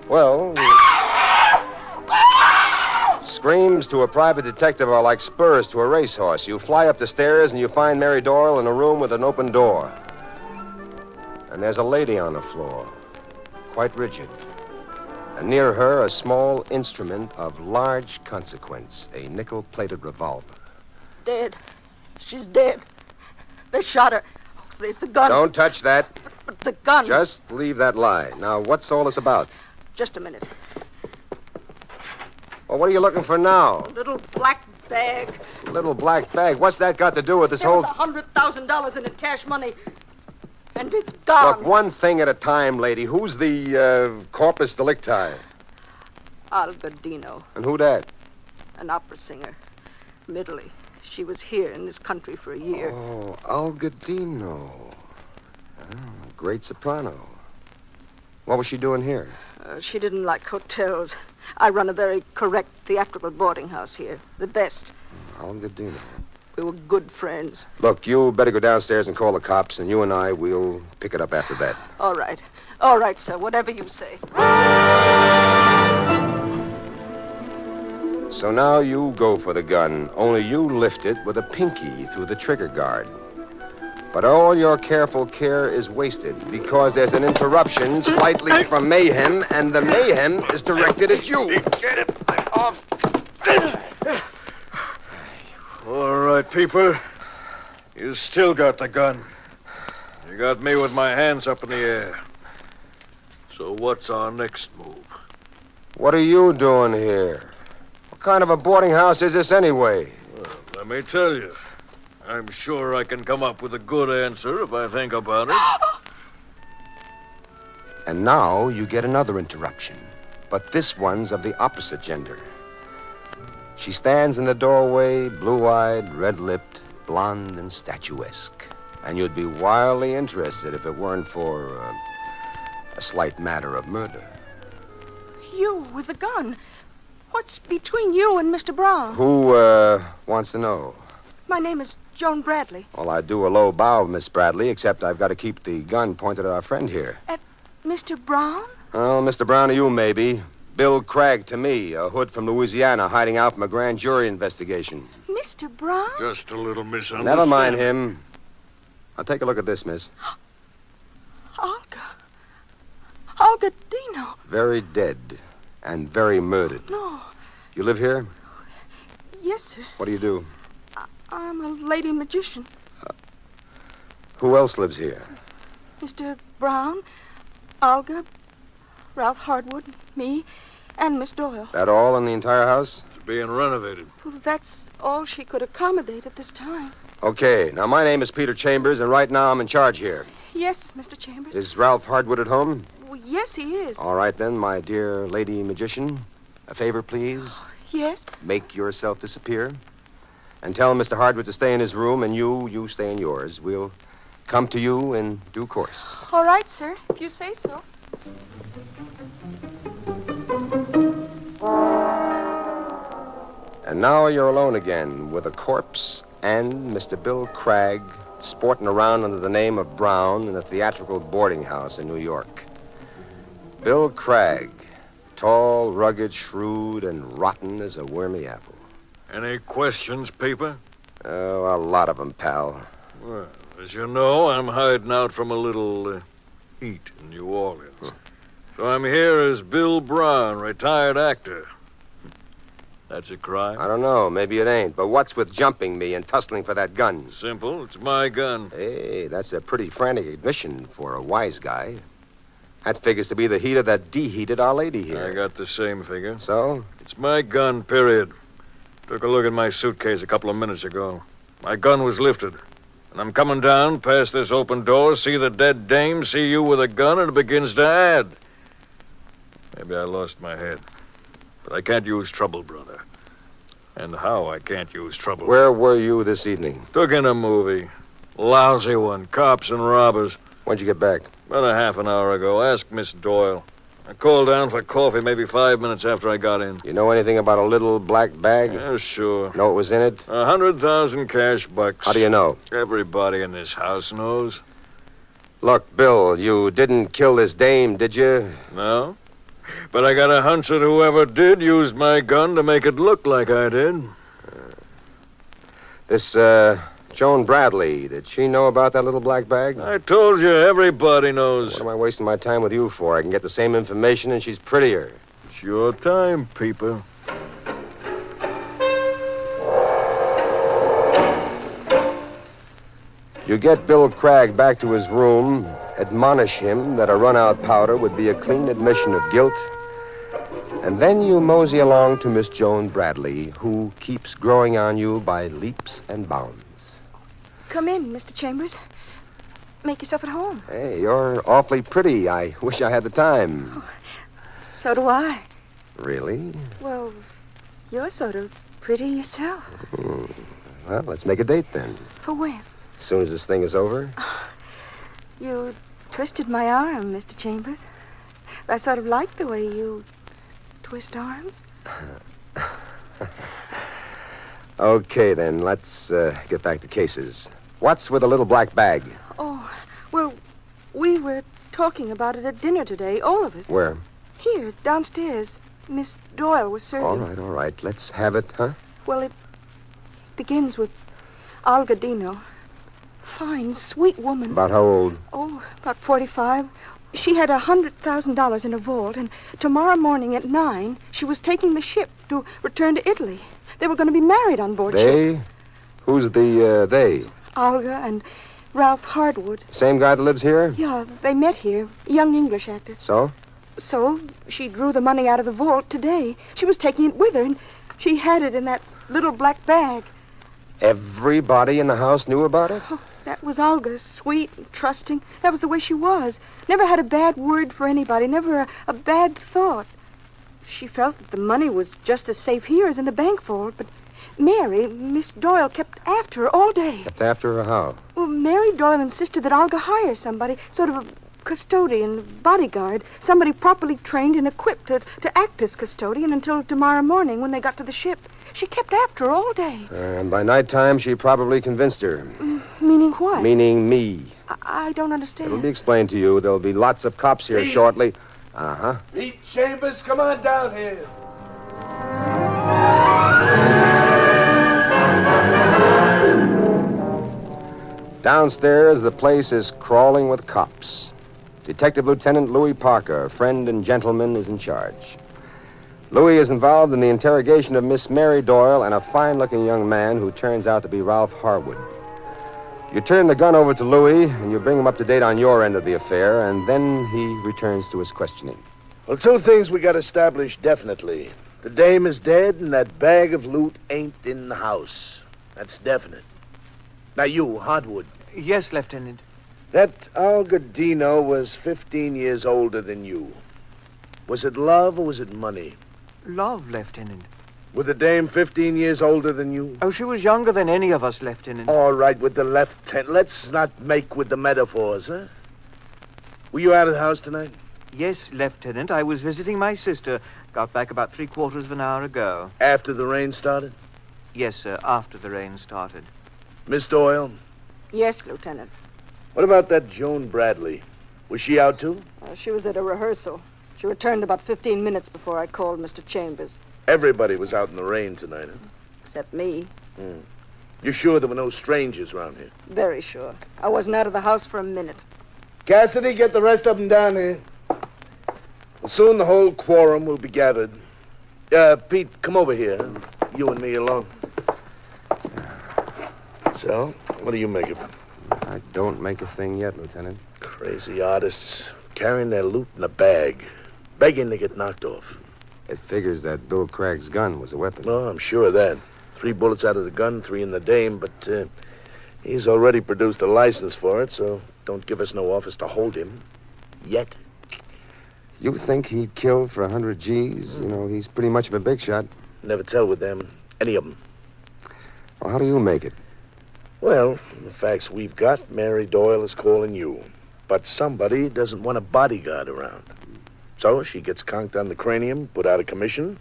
[SPEAKER 3] Well. Screams to a private detective are like spurs to a racehorse. You fly up the stairs and you find Mary Doyle in a room with an open door. And there's a lady on the floor, quite rigid. And near her, a small instrument of large consequence a nickel plated revolver.
[SPEAKER 14] Dead. She's dead. They shot her. Oh, there's the gun.
[SPEAKER 3] Don't touch that.
[SPEAKER 14] But the gun.
[SPEAKER 3] Just leave that lie. Now, what's all this about?
[SPEAKER 14] Just a minute.
[SPEAKER 3] Well, what are you looking for now?
[SPEAKER 14] Little black bag.
[SPEAKER 3] Little black bag. What's that got to do with this
[SPEAKER 14] there
[SPEAKER 3] whole?
[SPEAKER 14] was a hundred thousand dollars in it, cash money, and it's gone.
[SPEAKER 3] Look, one thing at a time, lady. Who's the uh, corpus delicti?
[SPEAKER 14] Al Gardino,
[SPEAKER 3] And who that?
[SPEAKER 14] an opera singer from Italy. She was here in this country for a year.
[SPEAKER 3] Oh, Algadino. Oh, great soprano. What was she doing here?
[SPEAKER 14] Uh, she didn't like hotels. I run a very correct theatrical boarding house here, the best.
[SPEAKER 3] Algadino.
[SPEAKER 14] We were good friends.
[SPEAKER 3] Look, you better go downstairs and call the cops, and you and I will pick it up after that.
[SPEAKER 14] All right. All right, sir, whatever you say.
[SPEAKER 3] So now you go for the gun, only you lift it with a pinky through the trigger guard. But all your careful care is wasted because there's an interruption slightly from mayhem, and the mayhem is directed at you.
[SPEAKER 15] Get him off. All right, people. You still got the gun. You got me with my hands up in the air. So what's our next move?
[SPEAKER 3] What are you doing here? What kind of a boarding house is this anyway?
[SPEAKER 15] Let me tell you. I'm sure I can come up with a good answer if I think about it.
[SPEAKER 3] And now you get another interruption, but this one's of the opposite gender. She stands in the doorway, blue eyed, red lipped, blonde, and statuesque. And you'd be wildly interested if it weren't for uh, a slight matter of murder.
[SPEAKER 14] You with the gun. What's between you and Mr. Brown?
[SPEAKER 3] Who uh, wants to know?
[SPEAKER 14] My name is Joan Bradley.
[SPEAKER 3] Well, I do a low bow, Miss Bradley, except I've got to keep the gun pointed at our friend here.
[SPEAKER 14] Mr. Brown?
[SPEAKER 3] Well, Mr. Brown, to you, maybe. Bill Cragg to me, a hood from Louisiana hiding out from a grand jury investigation.
[SPEAKER 14] Mr. Brown?
[SPEAKER 15] Just a little misunderstanding.
[SPEAKER 3] Never mind him. Now take a look at this, miss.
[SPEAKER 14] Olga.
[SPEAKER 16] Algadino.
[SPEAKER 3] Very dead and very murdered.
[SPEAKER 16] No.
[SPEAKER 3] You live here?
[SPEAKER 16] Yes, sir.
[SPEAKER 3] What do you do?
[SPEAKER 16] I'm a lady magician.
[SPEAKER 3] Who else lives here?
[SPEAKER 16] Mr. Brown, Olga, Ralph Hardwood, me, and Miss Doyle.
[SPEAKER 3] That all in the entire house?
[SPEAKER 15] It's being renovated.
[SPEAKER 16] Well, that's all she could accommodate at this time.
[SPEAKER 3] Okay. Now, my name is Peter Chambers, and right now I'm in charge here.
[SPEAKER 16] Yes, Mr. Chambers.
[SPEAKER 3] Is Ralph Hardwood at home?
[SPEAKER 16] Well, yes, he is.
[SPEAKER 3] All right, then, my dear lady magician. A favor, please.
[SPEAKER 16] Yes.
[SPEAKER 3] Make yourself disappear. And tell Mr. Hardwood to stay in his room, and you, you stay in yours. We'll come to you in due course.
[SPEAKER 16] All right, sir, if you say so.
[SPEAKER 3] And now you're alone again with a corpse and Mr. Bill Cragg sporting around under the name of Brown in a theatrical boarding house in New York. Bill Cragg, tall, rugged, shrewd, and rotten as a wormy apple.
[SPEAKER 15] Any questions, Peeper?
[SPEAKER 3] Oh, a lot of 'em, pal.
[SPEAKER 15] Well, as you know, I'm hiding out from a little uh, heat in New Orleans. So I'm here as Bill Brown, retired actor. That's a crime.
[SPEAKER 3] I don't know. Maybe it ain't. But what's with jumping me and tussling for that gun?
[SPEAKER 15] Simple. It's my gun.
[SPEAKER 3] Hey, that's a pretty frantic admission for a wise guy. That figures to be the heat of that deheated Our Lady here.
[SPEAKER 15] I got the same figure.
[SPEAKER 3] So?
[SPEAKER 15] It's my gun, period. Took a look at my suitcase a couple of minutes ago. My gun was lifted. And I'm coming down past this open door, see the dead dame, see you with a gun, and it begins to add. Maybe I lost my head. But I can't use trouble, brother. And how I can't use trouble.
[SPEAKER 3] Where were you this evening?
[SPEAKER 15] Took in a movie. Lousy one. Cops and robbers.
[SPEAKER 3] When'd you get back?
[SPEAKER 15] About a half an hour ago. Ask Miss Doyle. I called down for coffee maybe five minutes after I got in.
[SPEAKER 3] You know anything about a little black bag?
[SPEAKER 15] Yeah, sure.
[SPEAKER 3] Know what was in it?
[SPEAKER 15] A hundred thousand cash bucks.
[SPEAKER 3] How do you know?
[SPEAKER 15] Everybody in this house knows.
[SPEAKER 3] Look, Bill, you didn't kill this dame, did you?
[SPEAKER 15] No? But I got a hunch that whoever did used my gun to make it look like I did.
[SPEAKER 3] Uh, This, uh, Joan Bradley, did she know about that little black bag?
[SPEAKER 15] I told you, everybody knows.
[SPEAKER 3] What am I wasting my time with you for? I can get the same information and she's prettier.
[SPEAKER 15] It's your time, Peeper.
[SPEAKER 3] You get Bill Cragg back to his room, admonish him that a run out powder would be a clean admission of guilt, and then you mosey along to Miss Joan Bradley, who keeps growing on you by leaps and bounds.
[SPEAKER 17] Come in, Mr. Chambers. Make yourself at home.
[SPEAKER 3] Hey, you're awfully pretty. I wish I had the time.
[SPEAKER 17] So do I.
[SPEAKER 3] Really?
[SPEAKER 17] Well, you're sort of pretty yourself.
[SPEAKER 3] Hmm. Well, let's make a date then.
[SPEAKER 17] For when?
[SPEAKER 3] As soon as this thing is over.
[SPEAKER 17] You twisted my arm, Mr. Chambers. I sort of like the way you twist arms.
[SPEAKER 3] Okay, then, let's uh, get back to cases. What's with the little black bag?
[SPEAKER 16] Oh, well, we were talking about it at dinner today, all of us.
[SPEAKER 3] Where?
[SPEAKER 16] Here, downstairs. Miss Doyle was serving.
[SPEAKER 3] All right, all right. Let's have it, huh?
[SPEAKER 16] Well, it begins with Algadino. Fine, sweet woman.
[SPEAKER 3] About how old?
[SPEAKER 16] Oh, about 45. She had a $100,000 in a vault, and tomorrow morning at 9, she was taking the ship to return to Italy. They were going to be married on board ship.
[SPEAKER 3] They? Who's the uh, they?
[SPEAKER 16] Olga and Ralph Hardwood.
[SPEAKER 3] Same guy that lives here?
[SPEAKER 16] Yeah, they met here. Young English actor.
[SPEAKER 3] So?
[SPEAKER 16] So she drew the money out of the vault today. She was taking it with her, and she had it in that little black bag.
[SPEAKER 3] Everybody in the house knew about it?
[SPEAKER 16] Oh, that was Olga, sweet and trusting. That was the way she was. Never had a bad word for anybody, never a, a bad thought. She felt that the money was just as safe here as in the bank vault, but Mary, Miss Doyle, kept after her all day.
[SPEAKER 3] Kept after her how?
[SPEAKER 16] Well, Mary Doyle insisted that Olga hire somebody, sort of a custodian, bodyguard, somebody properly trained and equipped to, to act as custodian until tomorrow morning when they got to the ship. She kept after her all day. Mm,
[SPEAKER 3] And by nighttime, she probably convinced her.
[SPEAKER 16] Meaning what?
[SPEAKER 3] Meaning me.
[SPEAKER 16] I, I don't understand.
[SPEAKER 3] It'll be explained to you. There'll be lots of cops here
[SPEAKER 6] Please.
[SPEAKER 3] shortly. Uh huh.
[SPEAKER 6] Pete Chambers, come on down here.
[SPEAKER 3] Downstairs, the place is crawling with cops. Detective Lieutenant Louis Parker, friend and gentleman, is in charge. Louis is involved in the interrogation of Miss Mary Doyle and a fine looking young man who turns out to be Ralph Harwood. You turn the gun over to Louis and you bring him up to date on your end of the affair, and then he returns to his questioning.
[SPEAKER 6] Well, two things we got established definitely. The dame is dead, and that bag of loot ain't in the house. That's definite. Now, you, Hardwood.
[SPEAKER 18] Yes, Lieutenant.
[SPEAKER 6] That Algodino was 15 years older than you. Was it love or was it money?
[SPEAKER 18] Love, Lieutenant.
[SPEAKER 6] Was the dame 15 years older than you?
[SPEAKER 18] Oh, she was younger than any of us, Lieutenant.
[SPEAKER 6] All right, with the lieutenant. Let's not make with the metaphors, huh? Were you out of the house tonight?
[SPEAKER 18] Yes, Lieutenant. I was visiting my sister. Got back about three quarters of an hour ago.
[SPEAKER 6] After the rain started?
[SPEAKER 18] Yes, sir, after the rain started.
[SPEAKER 6] Miss Doyle,
[SPEAKER 14] Yes, Lieutenant.
[SPEAKER 6] what about that Joan Bradley? Was she out too?
[SPEAKER 14] Uh, she was at a rehearsal. She returned about 15 minutes before I called Mr. Chambers,
[SPEAKER 6] Everybody was out in the rain tonight, huh?
[SPEAKER 14] except me.
[SPEAKER 6] Hmm. You're sure there were no strangers around here?
[SPEAKER 14] Very sure. I wasn't out of the house for a minute.
[SPEAKER 16] Cassidy, get the rest of them down here.
[SPEAKER 6] Soon the whole quorum will be gathered. Uh, Pete, come over here. You and me alone. So, what do you make of it?
[SPEAKER 3] I don't make a thing yet, Lieutenant.
[SPEAKER 6] Crazy artists carrying their loot in a bag, begging to get knocked off.
[SPEAKER 3] It figures that Bill Craig's gun was a weapon.
[SPEAKER 6] Oh, I'm sure of that. Three bullets out of the gun, three in the dame, but uh, he's already produced a license for it, so don't give us no office to hold him. Yet.
[SPEAKER 3] You think he'd kill for a 100 G's? You know, he's pretty much of a big shot.
[SPEAKER 6] Never tell with them, any of them.
[SPEAKER 3] Well, how do you make it?
[SPEAKER 6] Well, the facts we've got, Mary Doyle is calling you. But somebody doesn't want a bodyguard around. So she gets conked on the cranium, put out of commission,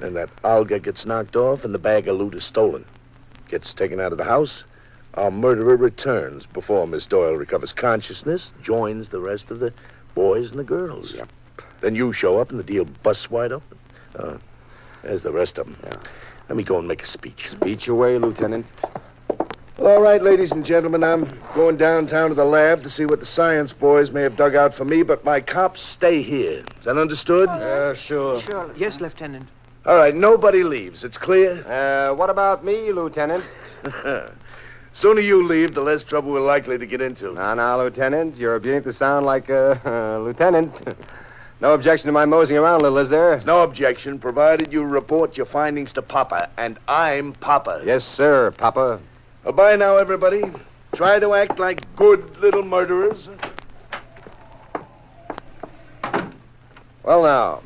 [SPEAKER 6] and that alga gets knocked off, and the bag of loot is stolen. Gets taken out of the house. Our murderer returns before Miss Doyle recovers consciousness, joins the rest of the boys and the girls. Yep. Then you show up, and the deal busts wide open. Uh, there's the rest of them. Let me go and make a speech.
[SPEAKER 3] Speech away, Lieutenant.
[SPEAKER 16] Well, all right, ladies and gentlemen, I'm going downtown to the lab to see what the science boys may have dug out for me, but my cops stay here. Is that understood?
[SPEAKER 15] Yeah, sure.
[SPEAKER 18] Yes, Lieutenant.
[SPEAKER 16] All right, nobody leaves. It's clear?
[SPEAKER 3] Uh, what about me, Lieutenant?
[SPEAKER 6] Sooner you leave, the less trouble we're likely to get into.
[SPEAKER 3] Now, now, Lieutenant, you're beginning to sound like a uh, lieutenant. no objection to my moseying around a little, is there?
[SPEAKER 6] No objection, provided you report your findings to Papa, and I'm Papa.
[SPEAKER 3] Yes, sir, Papa.
[SPEAKER 6] Well, bye now, everybody. Try to act like good little murderers.
[SPEAKER 3] Well, now,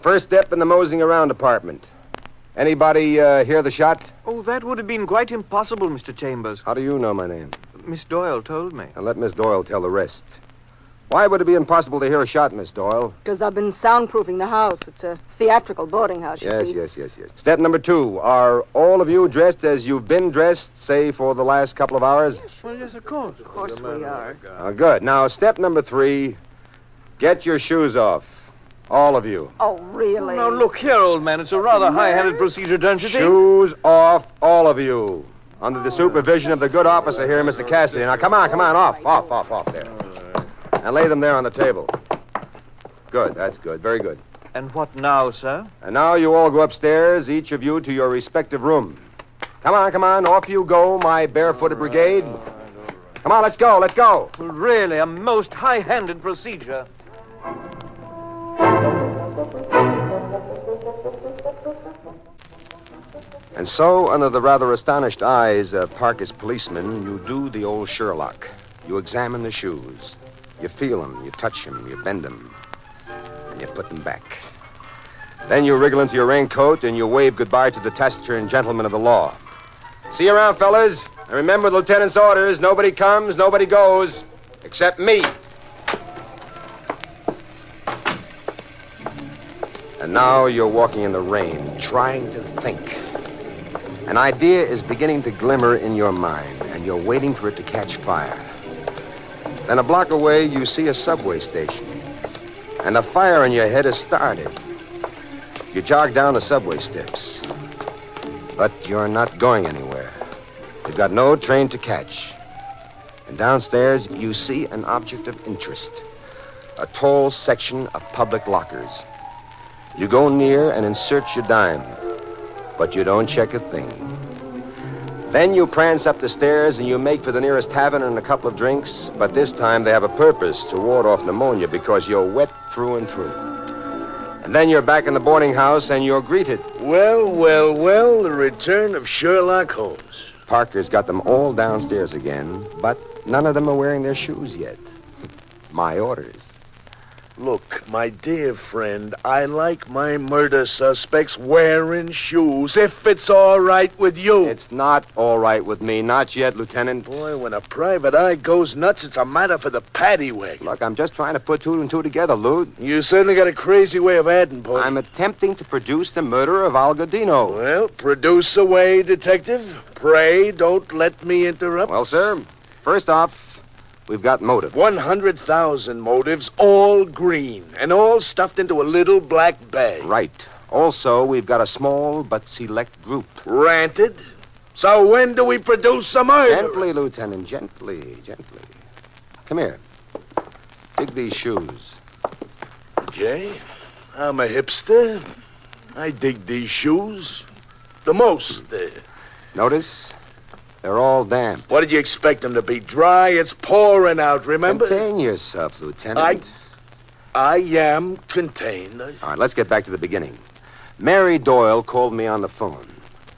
[SPEAKER 3] first step in the moseying around department. Anybody uh, hear the shot?
[SPEAKER 18] Oh, that would have been quite impossible, Mr. Chambers.
[SPEAKER 3] How do you know my name?
[SPEAKER 18] Miss Doyle told me.
[SPEAKER 3] Now let Miss Doyle tell the rest. Why would it be impossible to hear a shot, Miss Doyle?
[SPEAKER 14] Because I've been soundproofing the house. It's a theatrical boarding house, you
[SPEAKER 3] Yes,
[SPEAKER 14] see.
[SPEAKER 3] yes, yes, yes. Step number two. Are all of you dressed as you've been dressed, say, for the last couple of hours?
[SPEAKER 18] Well, yes, of course. Of course we are.
[SPEAKER 3] Uh, good. Now, step number three. Get your shoes off. All of you.
[SPEAKER 14] Oh, really?
[SPEAKER 15] Now, look here, old man. It's a rather high handed procedure, don't you think?
[SPEAKER 3] Shoes off, all of you. Under the supervision of the good officer here, Mr. Cassidy. Now, come on, come on. Off, off, off, off there. Now, lay them there on the table. Good. That's good. Very good.
[SPEAKER 18] And what now, sir?
[SPEAKER 3] And now you all go upstairs, each of you to your respective room. Come on, come on, off you go, my barefooted brigade. Come on, let's go, let's go.
[SPEAKER 18] Well, really, a most high handed procedure.
[SPEAKER 3] And so, under the rather astonished eyes of Parker's policeman, you do the old Sherlock. You examine the shoes. You feel them, you touch them, you bend them, and you put them back. Then you wriggle into your raincoat and you wave goodbye to the taciturn gentlemen of the law. See you around, fellas. And remember the lieutenant's orders nobody comes, nobody goes, except me. And now you're walking in the rain, trying to think. An idea is beginning to glimmer in your mind, and you're waiting for it to catch fire. Then a block away, you see a subway station, and a fire in your head has started. You jog down the subway steps, but you're not going anywhere. You've got no train to catch. And downstairs, you see an object of interest. a tall section of public lockers. You go near and insert your dime, but you don't check a thing. Then you prance up the stairs and you make for the nearest tavern and a couple of drinks, but this time they have a purpose to ward off pneumonia because you're wet through and through. And then you're back in the boarding house and you're greeted.
[SPEAKER 6] Well, well, well, the return of Sherlock Holmes.
[SPEAKER 3] Parker's got them all downstairs again, but none of them are wearing their shoes yet. My orders.
[SPEAKER 6] Look, my dear friend, I like my murder suspects wearing shoes if it's all right with you.
[SPEAKER 3] It's not all right with me. Not yet, Lieutenant.
[SPEAKER 6] Boy, when a private eye goes nuts, it's a matter for the paddy wagon.
[SPEAKER 3] Look, I'm just trying to put two and two together, Lou.
[SPEAKER 6] You certainly got a crazy way of adding, boy.
[SPEAKER 3] I'm attempting to produce the murder of Al Godino.
[SPEAKER 6] Well, produce away, detective. Pray don't let me interrupt.
[SPEAKER 3] Well, sir, first off, We've got motive.
[SPEAKER 6] 100,000 motives, all green, and all stuffed into a little black bag.
[SPEAKER 3] Right. Also, we've got a small but select group.
[SPEAKER 6] Ranted. So when do we produce a murder?
[SPEAKER 3] Gently, Lieutenant, gently, gently. Come here. Dig these shoes.
[SPEAKER 6] Jay, I'm a hipster. I dig these shoes. The most.
[SPEAKER 3] Notice they're all damp.
[SPEAKER 6] What did you expect them to be? Dry? It's pouring out, remember?
[SPEAKER 3] Contain yourself, Lieutenant.
[SPEAKER 6] I. I am contained.
[SPEAKER 3] All right, let's get back to the beginning. Mary Doyle called me on the phone.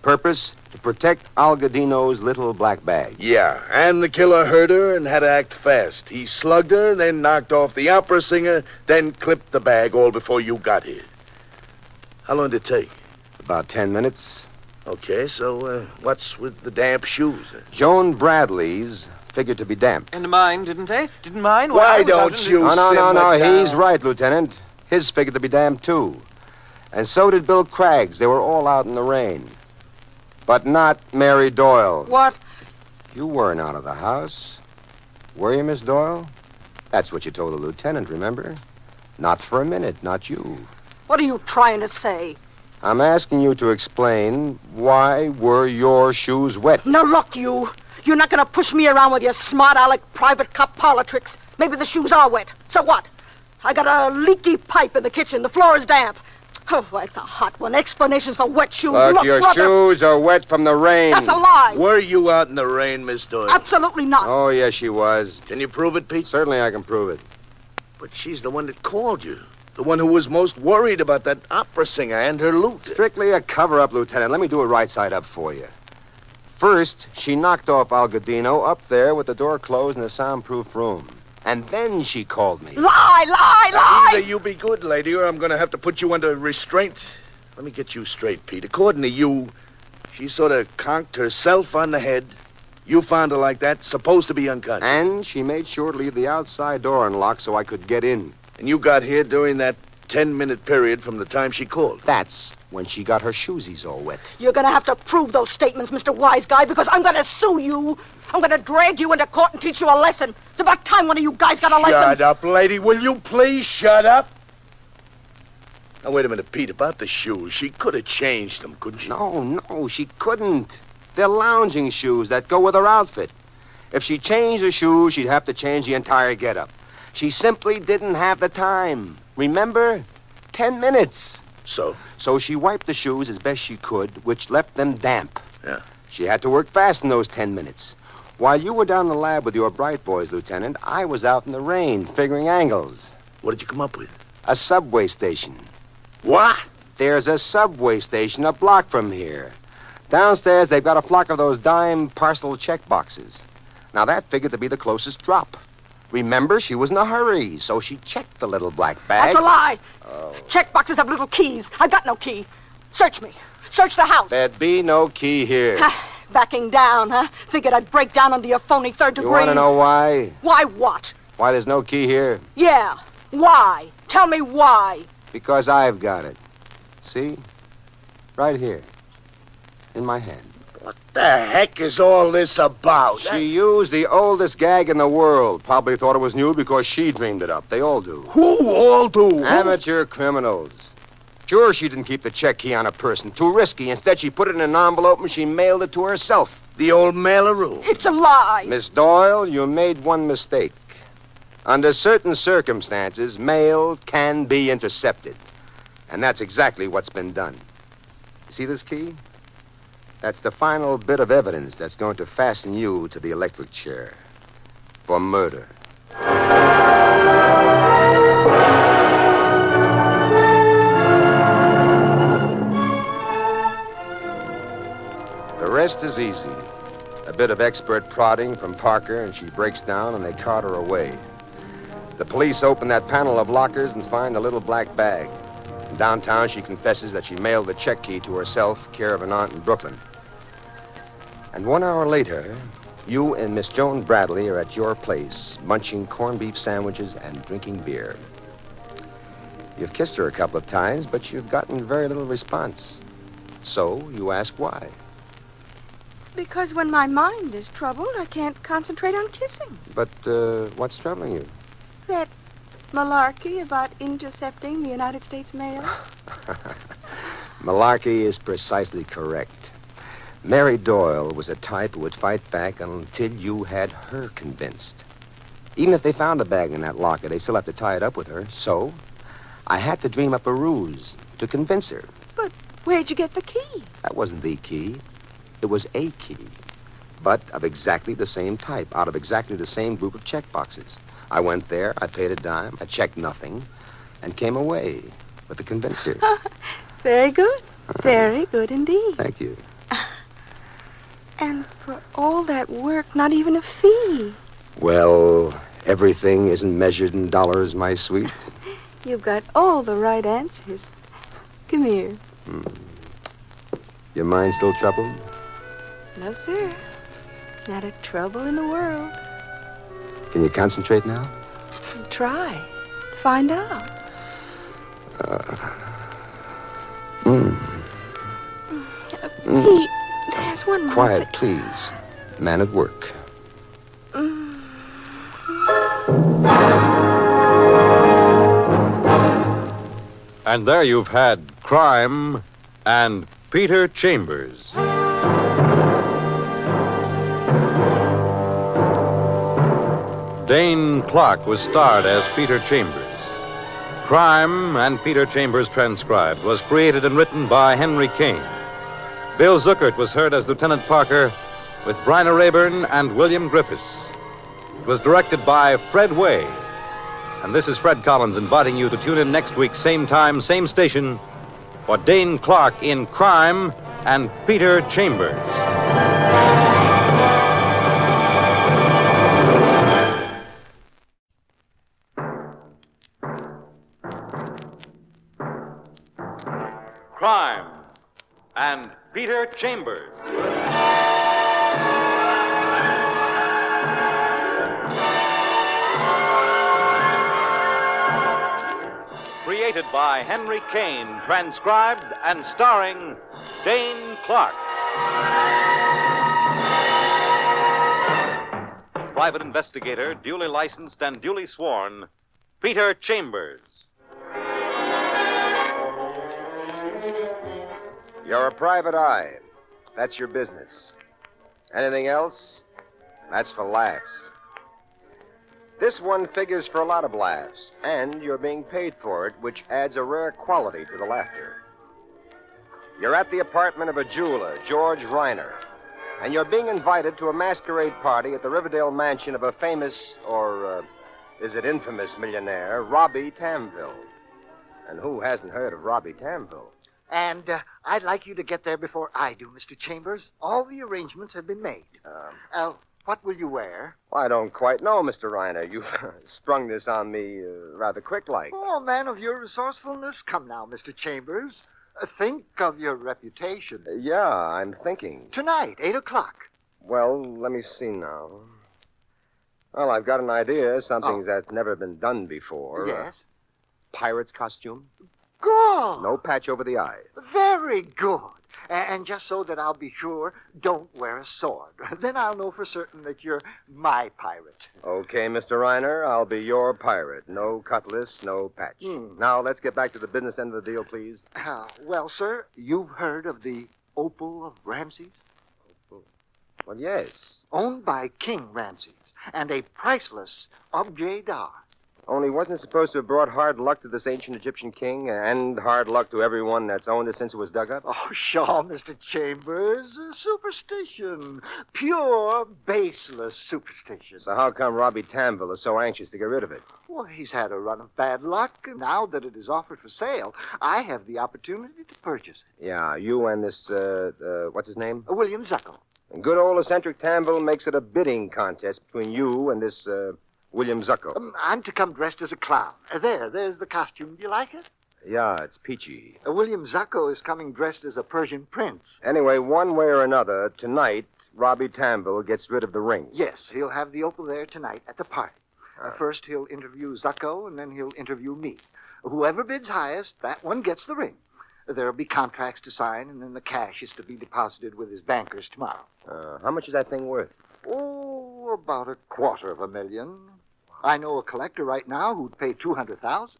[SPEAKER 3] Purpose? To protect Algadino's little black bag.
[SPEAKER 6] Yeah, and the killer heard her and had to act fast. He slugged her, then knocked off the opera singer, then clipped the bag all before you got here. How long did it take?
[SPEAKER 3] About ten minutes.
[SPEAKER 6] Okay, so uh, what's with the damp shoes?
[SPEAKER 3] Joan Bradley's figured to be damp.
[SPEAKER 18] And mine, didn't they? Didn't mine?
[SPEAKER 6] Why well, don't you?
[SPEAKER 3] No, no, no, no.
[SPEAKER 6] Down.
[SPEAKER 3] He's right, Lieutenant. His figured to be damp too, and so did Bill Cragg's. They were all out in the rain, but not Mary Doyle.
[SPEAKER 18] What?
[SPEAKER 3] You weren't out of the house, were you, Miss Doyle? That's what you told the lieutenant. Remember? Not for a minute. Not you.
[SPEAKER 14] What are you trying to say?
[SPEAKER 3] I'm asking you to explain why were your shoes wet?
[SPEAKER 14] Now look, you. You're not going to push me around with your smart aleck private cop politics. Maybe the shoes are wet. So what? I got a leaky pipe in the kitchen. The floor is damp. Oh, well, it's a hot one. Explanations for wet shoes.
[SPEAKER 3] Look,
[SPEAKER 14] look
[SPEAKER 3] your
[SPEAKER 14] look,
[SPEAKER 3] shoes are wet from the rain.
[SPEAKER 14] That's a lie.
[SPEAKER 6] Were you out in the rain, Miss Doyle?
[SPEAKER 14] Absolutely not.
[SPEAKER 3] Oh, yes, she was.
[SPEAKER 6] Can you prove it, Pete?
[SPEAKER 3] Certainly I can prove it.
[SPEAKER 6] But she's the one that called you. The one who was most worried about that opera singer and her loot.
[SPEAKER 3] Strictly a cover up, Lieutenant. Let me do it right side up for you. First, she knocked off Algodino up there with the door closed in a soundproof room. And then she called me.
[SPEAKER 14] Lie, lie, lie!
[SPEAKER 6] Either you be good, lady, or I'm going to have to put you under restraint. Let me get you straight, Pete. According to you, she sort of conked herself on the head. You found her like that, supposed to be unconscious.
[SPEAKER 3] And she made sure to leave the outside door unlocked so I could get in.
[SPEAKER 6] And you got here during that 10 minute period from the time she called.
[SPEAKER 3] That's when she got her shoesies all wet.
[SPEAKER 14] You're going to have to prove those statements, Mr. Wise Guy, because I'm going to sue you. I'm going to drag you into court and teach you a lesson. It's about time one of you guys got a lesson.
[SPEAKER 6] Shut up, lady. Will you please shut up? Now, wait a minute, Pete, about the shoes. She could have changed them, couldn't she?
[SPEAKER 3] No, no, she couldn't. They're lounging shoes that go with her outfit. If she changed her shoes, she'd have to change the entire getup. She simply didn't have the time. Remember? Ten minutes.
[SPEAKER 6] So?
[SPEAKER 3] So she wiped the shoes as best she could, which left them damp.
[SPEAKER 6] Yeah.
[SPEAKER 3] She had to work fast in those ten minutes. While you were down the lab with your bright boys, Lieutenant, I was out in the rain figuring angles.
[SPEAKER 6] What did you come up with?
[SPEAKER 3] A subway station.
[SPEAKER 6] What?
[SPEAKER 3] There's a subway station a block from here. Downstairs, they've got a flock of those dime parcel check boxes. Now, that figured to be the closest drop. Remember, she was in a hurry, so she checked the little black bag.
[SPEAKER 14] That's a lie.
[SPEAKER 3] Oh.
[SPEAKER 14] Check boxes have little keys. I got no key. Search me. Search the house.
[SPEAKER 3] There'd be no key here.
[SPEAKER 14] Backing down, huh? Figured I'd break down under your phony third degree.
[SPEAKER 3] You want to know why?
[SPEAKER 14] Why what?
[SPEAKER 3] Why there's no key here?
[SPEAKER 14] Yeah. Why? Tell me why.
[SPEAKER 3] Because I've got it. See? Right here. In my hand.
[SPEAKER 6] What the heck is all this about?
[SPEAKER 3] She used the oldest gag in the world. Probably thought it was new because she dreamed it up. They all do.
[SPEAKER 6] Who all do?
[SPEAKER 3] Amateur criminals. Sure, she didn't keep the check key on a person. Too risky. Instead, she put it in an envelope and she mailed it to herself.
[SPEAKER 6] The old mailer rule.
[SPEAKER 14] It's a lie.
[SPEAKER 3] Miss Doyle, you made one mistake. Under certain circumstances, mail can be intercepted. And that's exactly what's been done. You see this key? That's the final bit of evidence that's going to fasten you to the electric chair for murder. The rest is easy. A bit of expert prodding from Parker, and she breaks down, and they cart her away. The police open that panel of lockers and find the little black bag. In downtown, she confesses that she mailed the check key to herself, care of an aunt in Brooklyn. And one hour later, you and Miss Joan Bradley are at your place, munching corned beef sandwiches and drinking beer. You've kissed her a couple of times, but you've gotten very little response. So you ask why.
[SPEAKER 14] Because when my mind is troubled, I can't concentrate on kissing.
[SPEAKER 3] But uh, what's troubling you?
[SPEAKER 14] That malarkey about intercepting the United States mail.
[SPEAKER 3] Malarkey is precisely correct. Mary Doyle was a type who would fight back until you had her convinced. Even if they found the bag in that locker, they still have to tie it up with her. So, I had to dream up a ruse to convince her.
[SPEAKER 14] But where'd you get the key?
[SPEAKER 3] That wasn't the key. It was a key, but of exactly the same type, out of exactly the same group of check boxes. I went there, I paid a dime, I checked nothing, and came away with a convincer.
[SPEAKER 14] Very good. Very good indeed.
[SPEAKER 3] Thank you.
[SPEAKER 14] And for all that work, not even a fee.
[SPEAKER 3] Well, everything isn't measured in dollars, my sweet.
[SPEAKER 14] You've got all the right answers. Come here.
[SPEAKER 3] Your mind still troubled?
[SPEAKER 14] No, sir. Not a trouble in the world.
[SPEAKER 3] Can you concentrate now?
[SPEAKER 14] Try. Find out.
[SPEAKER 3] Uh, mm, Mm.
[SPEAKER 14] Pete, there's one more.
[SPEAKER 3] quiet, please. Man at work.
[SPEAKER 2] And there you've had Crime and Peter Chambers. Dane Clark was starred as Peter Chambers. Crime and Peter Chambers Transcribed was created and written by Henry Kane. Bill Zuckert was heard as Lieutenant Parker with Bryna Rayburn and William Griffiths. It was directed by Fred Way. And this is Fred Collins inviting you to tune in next week, same time, same station, for Dane Clark in Crime and Peter Chambers. Crime and Peter Chambers. Created by Henry Kane, transcribed and starring Dane Clark. Private investigator, duly licensed and duly sworn, Peter Chambers.
[SPEAKER 3] You're a private eye. That's your business. Anything else? That's for laughs. This one figures for a lot of laughs, and you're being paid for it, which adds a rare quality to the laughter. You're at the apartment of a jeweler, George Reiner, and you're being invited to a masquerade party at the Riverdale mansion of a famous, or uh, is it infamous, millionaire, Robbie Tamville. And who hasn't heard of Robbie Tamville?
[SPEAKER 4] And uh, I'd like you to get there before I do, Mr. Chambers. All the arrangements have been made.
[SPEAKER 3] Um,
[SPEAKER 4] Uh, what will you wear?
[SPEAKER 3] Well, I don't quite know, Mr. Reiner. You've sprung this on me uh, rather quick like.
[SPEAKER 4] Oh, man of your resourcefulness. Come now, Mr. Chambers. Uh, think of your reputation.
[SPEAKER 3] Yeah, I'm thinking.
[SPEAKER 4] Tonight, 8 o'clock.
[SPEAKER 3] Well, let me see now. Well, I've got an idea. Something that's never been done before. Uh,
[SPEAKER 4] Oh. yes?
[SPEAKER 3] pirate's costume.
[SPEAKER 4] Good.
[SPEAKER 3] Oh. No patch over the eye.
[SPEAKER 4] Very good. A- And just so that I'll be sure, don't wear a sword. then I'll know for certain that you're my pirate.
[SPEAKER 3] Okay, Mr. Reiner, I'll be your pirate. No cutlass, no patch.
[SPEAKER 4] Hmm.
[SPEAKER 3] Now, let's get back to the business end of the deal, please.
[SPEAKER 4] Uh, well, sir, you've heard of the Opal of Ramses?
[SPEAKER 3] Well, yes.
[SPEAKER 4] Owned by King Ramses. and a priceless objet d'art.
[SPEAKER 3] Only wasn't it supposed to have brought hard luck to this ancient Egyptian king and hard luck to everyone that's owned it since it was dug up?
[SPEAKER 4] Oh, sure, Mr. Chambers. Superstition. Pure, baseless superstition.
[SPEAKER 3] So how come Robbie Tamville is so anxious to get rid of it?
[SPEAKER 4] Well, he's had a run of bad luck. Now that it is offered for sale, I have the opportunity to purchase it.
[SPEAKER 3] Yeah, you and this, uh, uh what's his name?
[SPEAKER 4] Uh, William Zuckel.
[SPEAKER 3] And good old eccentric Tamville makes it a bidding contest between you and this, uh, William Zuckel.
[SPEAKER 4] Um, I'm to come dressed as a clown. Uh, There, there's the costume. Do you like it?
[SPEAKER 3] yeah, it's peachy.
[SPEAKER 4] Uh, William Zucko is coming dressed as a Persian prince.
[SPEAKER 3] Anyway, one way or another, tonight, Robbie Tamville gets rid of the ring.
[SPEAKER 4] Yes, he'll have the opal there tonight at the party. Uh, first, he'll interview Zucko, and then he'll interview me. Whoever bids highest, that one gets the ring. There'll be contracts to sign, and then the cash is to be deposited with his bankers tomorrow.
[SPEAKER 3] Uh, how much is that thing worth?
[SPEAKER 4] Oh, about a quarter of a million. I know a collector right now who'd pay two hundred thousand.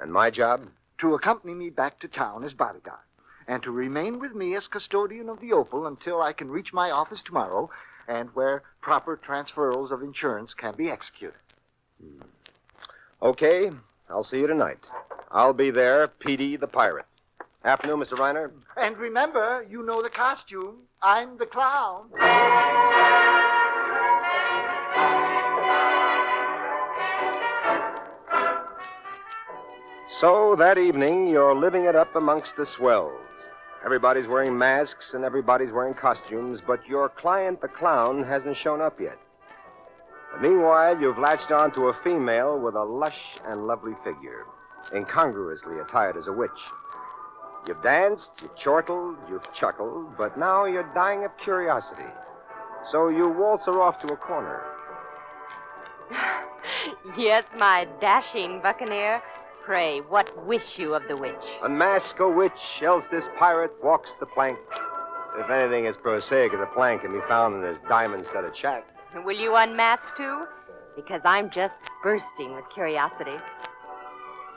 [SPEAKER 3] And my job?
[SPEAKER 4] To accompany me back to town as bodyguard, and to remain with me as custodian of the opal until I can reach my office tomorrow, and where proper transferals of insurance can be executed.
[SPEAKER 3] Okay, I'll see you tonight. I'll be there, Petey the pirate. Afternoon, Mr. Reiner.
[SPEAKER 4] And remember, you know the costume. I'm the clown.
[SPEAKER 3] So that evening, you're living it up amongst the swells. Everybody's wearing masks and everybody's wearing costumes, but your client, the clown, hasn't shown up yet. But meanwhile, you've latched on to a female with a lush and lovely figure, incongruously attired as a witch. You've danced, you've chortled, you've chuckled, but now you're dying of curiosity. So you waltz her off to a corner.
[SPEAKER 19] Yes, my dashing buccaneer. Pray, what wish you of the witch?
[SPEAKER 3] Unmask a witch, else this pirate walks the plank. If anything as prosaic as a plank can be found in this diamond studded shack.
[SPEAKER 19] Will you unmask too? Because I'm just bursting with curiosity.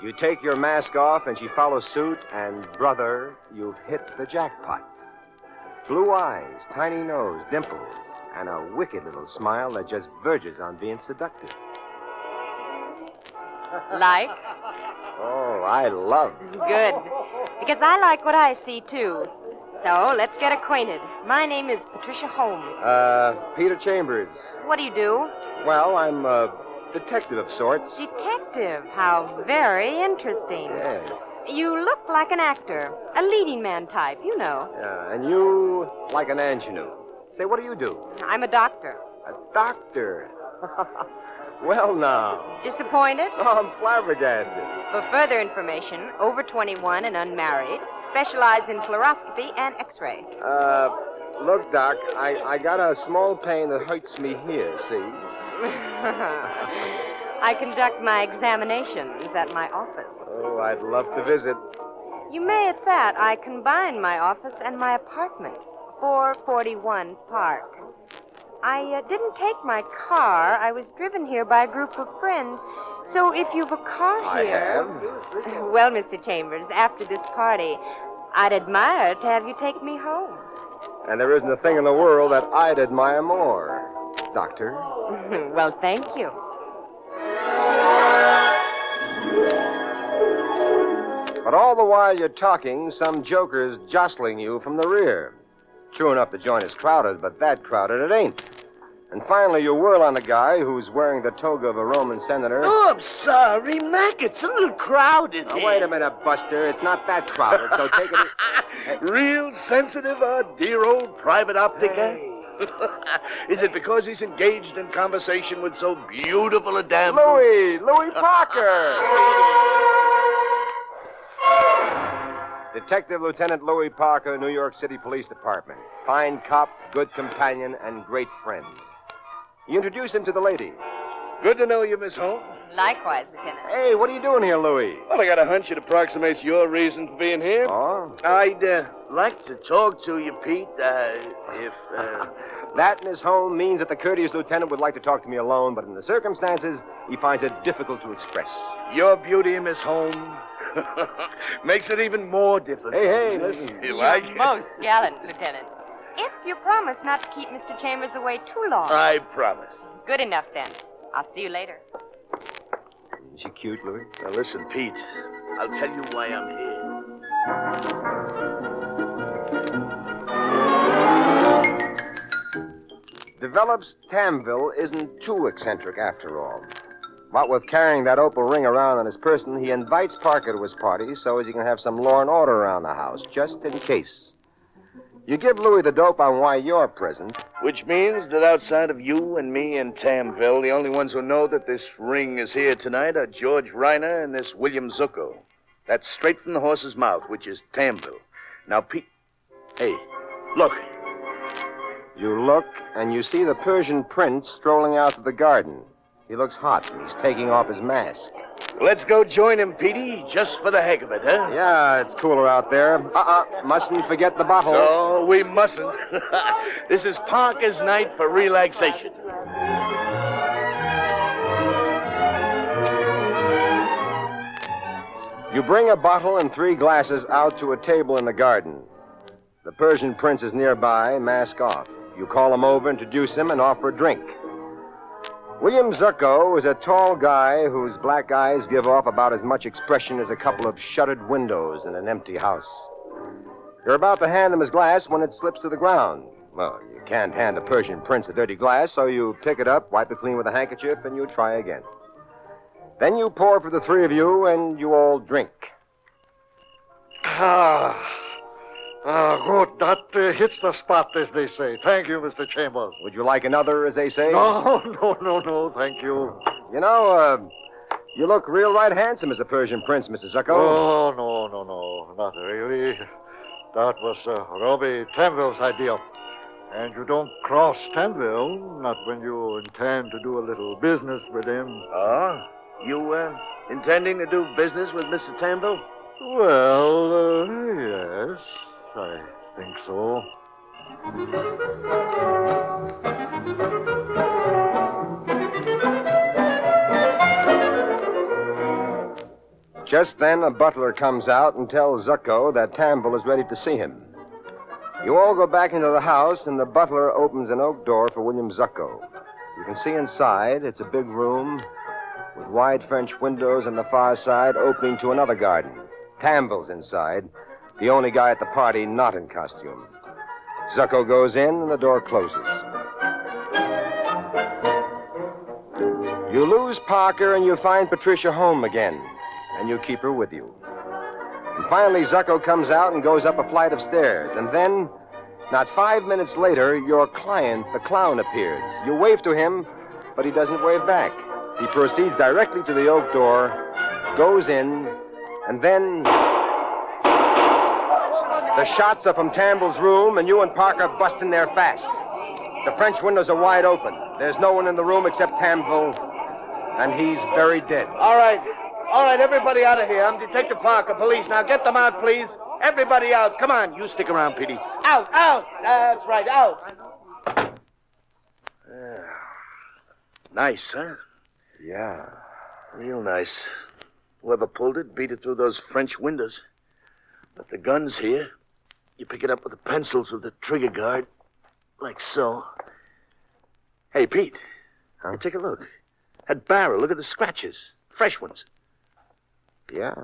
[SPEAKER 3] You take your mask off and she follows suit, and brother, you've hit the jackpot. Blue eyes, tiny nose, dimples, and a wicked little smile that just verges on being seductive.
[SPEAKER 19] Like?
[SPEAKER 3] Oh, I love.
[SPEAKER 19] Good. Because I like what I see too. So let's get acquainted. My name is Patricia Holmes.
[SPEAKER 3] Uh, Peter Chambers.
[SPEAKER 19] What do you do?
[SPEAKER 3] Well, I'm a detective of sorts.
[SPEAKER 19] Detective. How very interesting.
[SPEAKER 3] Yes.
[SPEAKER 19] You look like an actor, a leading man type, you know.
[SPEAKER 3] Yeah, and you like an ingenue. Say, what do you do?
[SPEAKER 19] I'm a doctor.
[SPEAKER 3] A doctor. well, now.
[SPEAKER 19] Disappointed?
[SPEAKER 3] Oh, I'm flabbergasted.
[SPEAKER 19] For further information, over 21 and unmarried, specialize in fluoroscopy and x ray.
[SPEAKER 3] Uh, look, Doc, I, I got a small pain that hurts me here, see?
[SPEAKER 19] I conduct my examinations at my office.
[SPEAKER 3] Oh, I'd love to visit.
[SPEAKER 19] You may at that, I combine my office and my apartment, 441 Park. I uh, didn't take my car. I was driven here by a group of friends. So if you've a car
[SPEAKER 20] I
[SPEAKER 19] here. Well, Mr. Chambers, after this party, I'd admire to have you take me home.
[SPEAKER 3] And there isn't a thing in the world that I'd admire more. Doctor?
[SPEAKER 19] well, thank you.
[SPEAKER 3] But all the while you're talking, some joker's jostling you from the rear. True enough, the joint is crowded, but that crowded it ain't. And finally, you whirl on a guy who's wearing the toga of a Roman senator.
[SPEAKER 20] Oh, I'm sorry, Mac. It's a little crowded.
[SPEAKER 3] Now, wait a minute, Buster. It's not that crowded, so take it.
[SPEAKER 6] Real sensitive, our dear old private optic. eh? Is it because he's engaged in conversation with so beautiful a damsel?
[SPEAKER 3] Louis! Louis Parker! Detective Lieutenant Louis Parker, New York City Police Department. Fine cop, good companion, and great friend. You introduce him to the lady.
[SPEAKER 6] Good to know you, Miss Holmes.
[SPEAKER 19] Likewise, Lieutenant.
[SPEAKER 3] Hey, what are you doing here, Louis?
[SPEAKER 6] Well, I got a hunch it approximates your reason for being here.
[SPEAKER 3] Oh?
[SPEAKER 6] I'd uh, like to talk to you, Pete, uh, if. Uh...
[SPEAKER 3] That, Miss Holmes, means that the courteous lieutenant would like to talk to me alone, but in the circumstances, he finds it difficult to express.
[SPEAKER 6] Your beauty, Miss Holmes, makes it even more difficult.
[SPEAKER 3] Hey, hey, listen.
[SPEAKER 6] You like
[SPEAKER 19] Most gallant, Lieutenant.
[SPEAKER 6] it?
[SPEAKER 19] If you promise not to keep Mr. Chambers away too long.
[SPEAKER 6] I promise.
[SPEAKER 19] Good enough, then. I'll see you later.
[SPEAKER 6] Isn't she cute, Louis? Now listen, Pete. I'll tell you why I'm here.
[SPEAKER 3] Develops Tamville isn't too eccentric after all. What with carrying that opal ring around on his person, he invites Parker to his party so as he can have some law and order around the house, just in case. You give Louis the dope on why you're present.
[SPEAKER 6] Which means that outside of you and me and Tamville, the only ones who know that this ring is here tonight are George Reiner and this William Zucco. That's straight from the horse's mouth, which is Tamville. Now, Pete. Hey, look.
[SPEAKER 3] You look, and you see the Persian prince strolling out to the garden. He looks hot, and he's taking off his mask.
[SPEAKER 6] Let's go join him, Petey, just for the heck of it, huh?
[SPEAKER 3] Yeah, it's cooler out there. Uh uh mustn't forget the bottle.
[SPEAKER 6] No, we mustn't. this is Parker's night for relaxation.
[SPEAKER 3] You bring a bottle and three glasses out to a table in the garden. The Persian prince is nearby, mask off. You call him over, introduce him, and offer a drink. William Zucco is a tall guy whose black eyes give off about as much expression as a couple of shuttered windows in an empty house. You're about to hand him his glass when it slips to the ground. Well, you can't hand a Persian prince a dirty glass, so you pick it up, wipe it clean with a handkerchief, and you try again. Then you pour for the three of you, and you all drink.
[SPEAKER 1] Ah, ah, good. That uh, hits the spot, as they say. Thank you, Mr. Chambers.
[SPEAKER 3] Would you like another, as they say?
[SPEAKER 1] No, no, no, no. Thank you.
[SPEAKER 3] You know, uh, you look real right handsome as a Persian prince, Mr. Zucko.
[SPEAKER 1] Oh, no, no, no. Not really. That was uh, Robbie Tanville's idea. And you don't cross Tanville, not when you intend to do a little business with him.
[SPEAKER 6] Ah? You, uh, intending to do business with Mr. Tamville?
[SPEAKER 1] Well, uh, yes, I think so.
[SPEAKER 3] Just then, a butler comes out and tells Zucko that Tamville is ready to see him. You all go back into the house, and the butler opens an oak door for William Zucko. You can see inside. It's a big room with wide French windows on the far side opening to another garden. Tamble's inside, the only guy at the party not in costume. Zucko goes in, and the door closes. You lose Parker, and you find Patricia home again, and you keep her with you. And finally, Zucko comes out and goes up a flight of stairs, and then, not five minutes later, your client, the clown, appears. You wave to him, but he doesn't wave back. He proceeds directly to the oak door, goes in, and then. The shots are from Tamble's room, and you and Parker bust in there fast. The French windows are wide open. There's no one in the room except Tamble, and he's very dead.
[SPEAKER 20] All right. All right, everybody out of here. I'm Detective Parker, police. Now get them out, please. Everybody out. Come on. You stick around, Petey. Out, out. That's right, out.
[SPEAKER 6] Yeah. Nice, huh? Yeah. Real nice. Whoever pulled it beat it through those French windows. But the gun's here. You pick it up with the pencils with the trigger guard. Like so. Hey, Pete. Hey, Take a look. That barrel, look at the scratches. Fresh ones.
[SPEAKER 3] Yeah.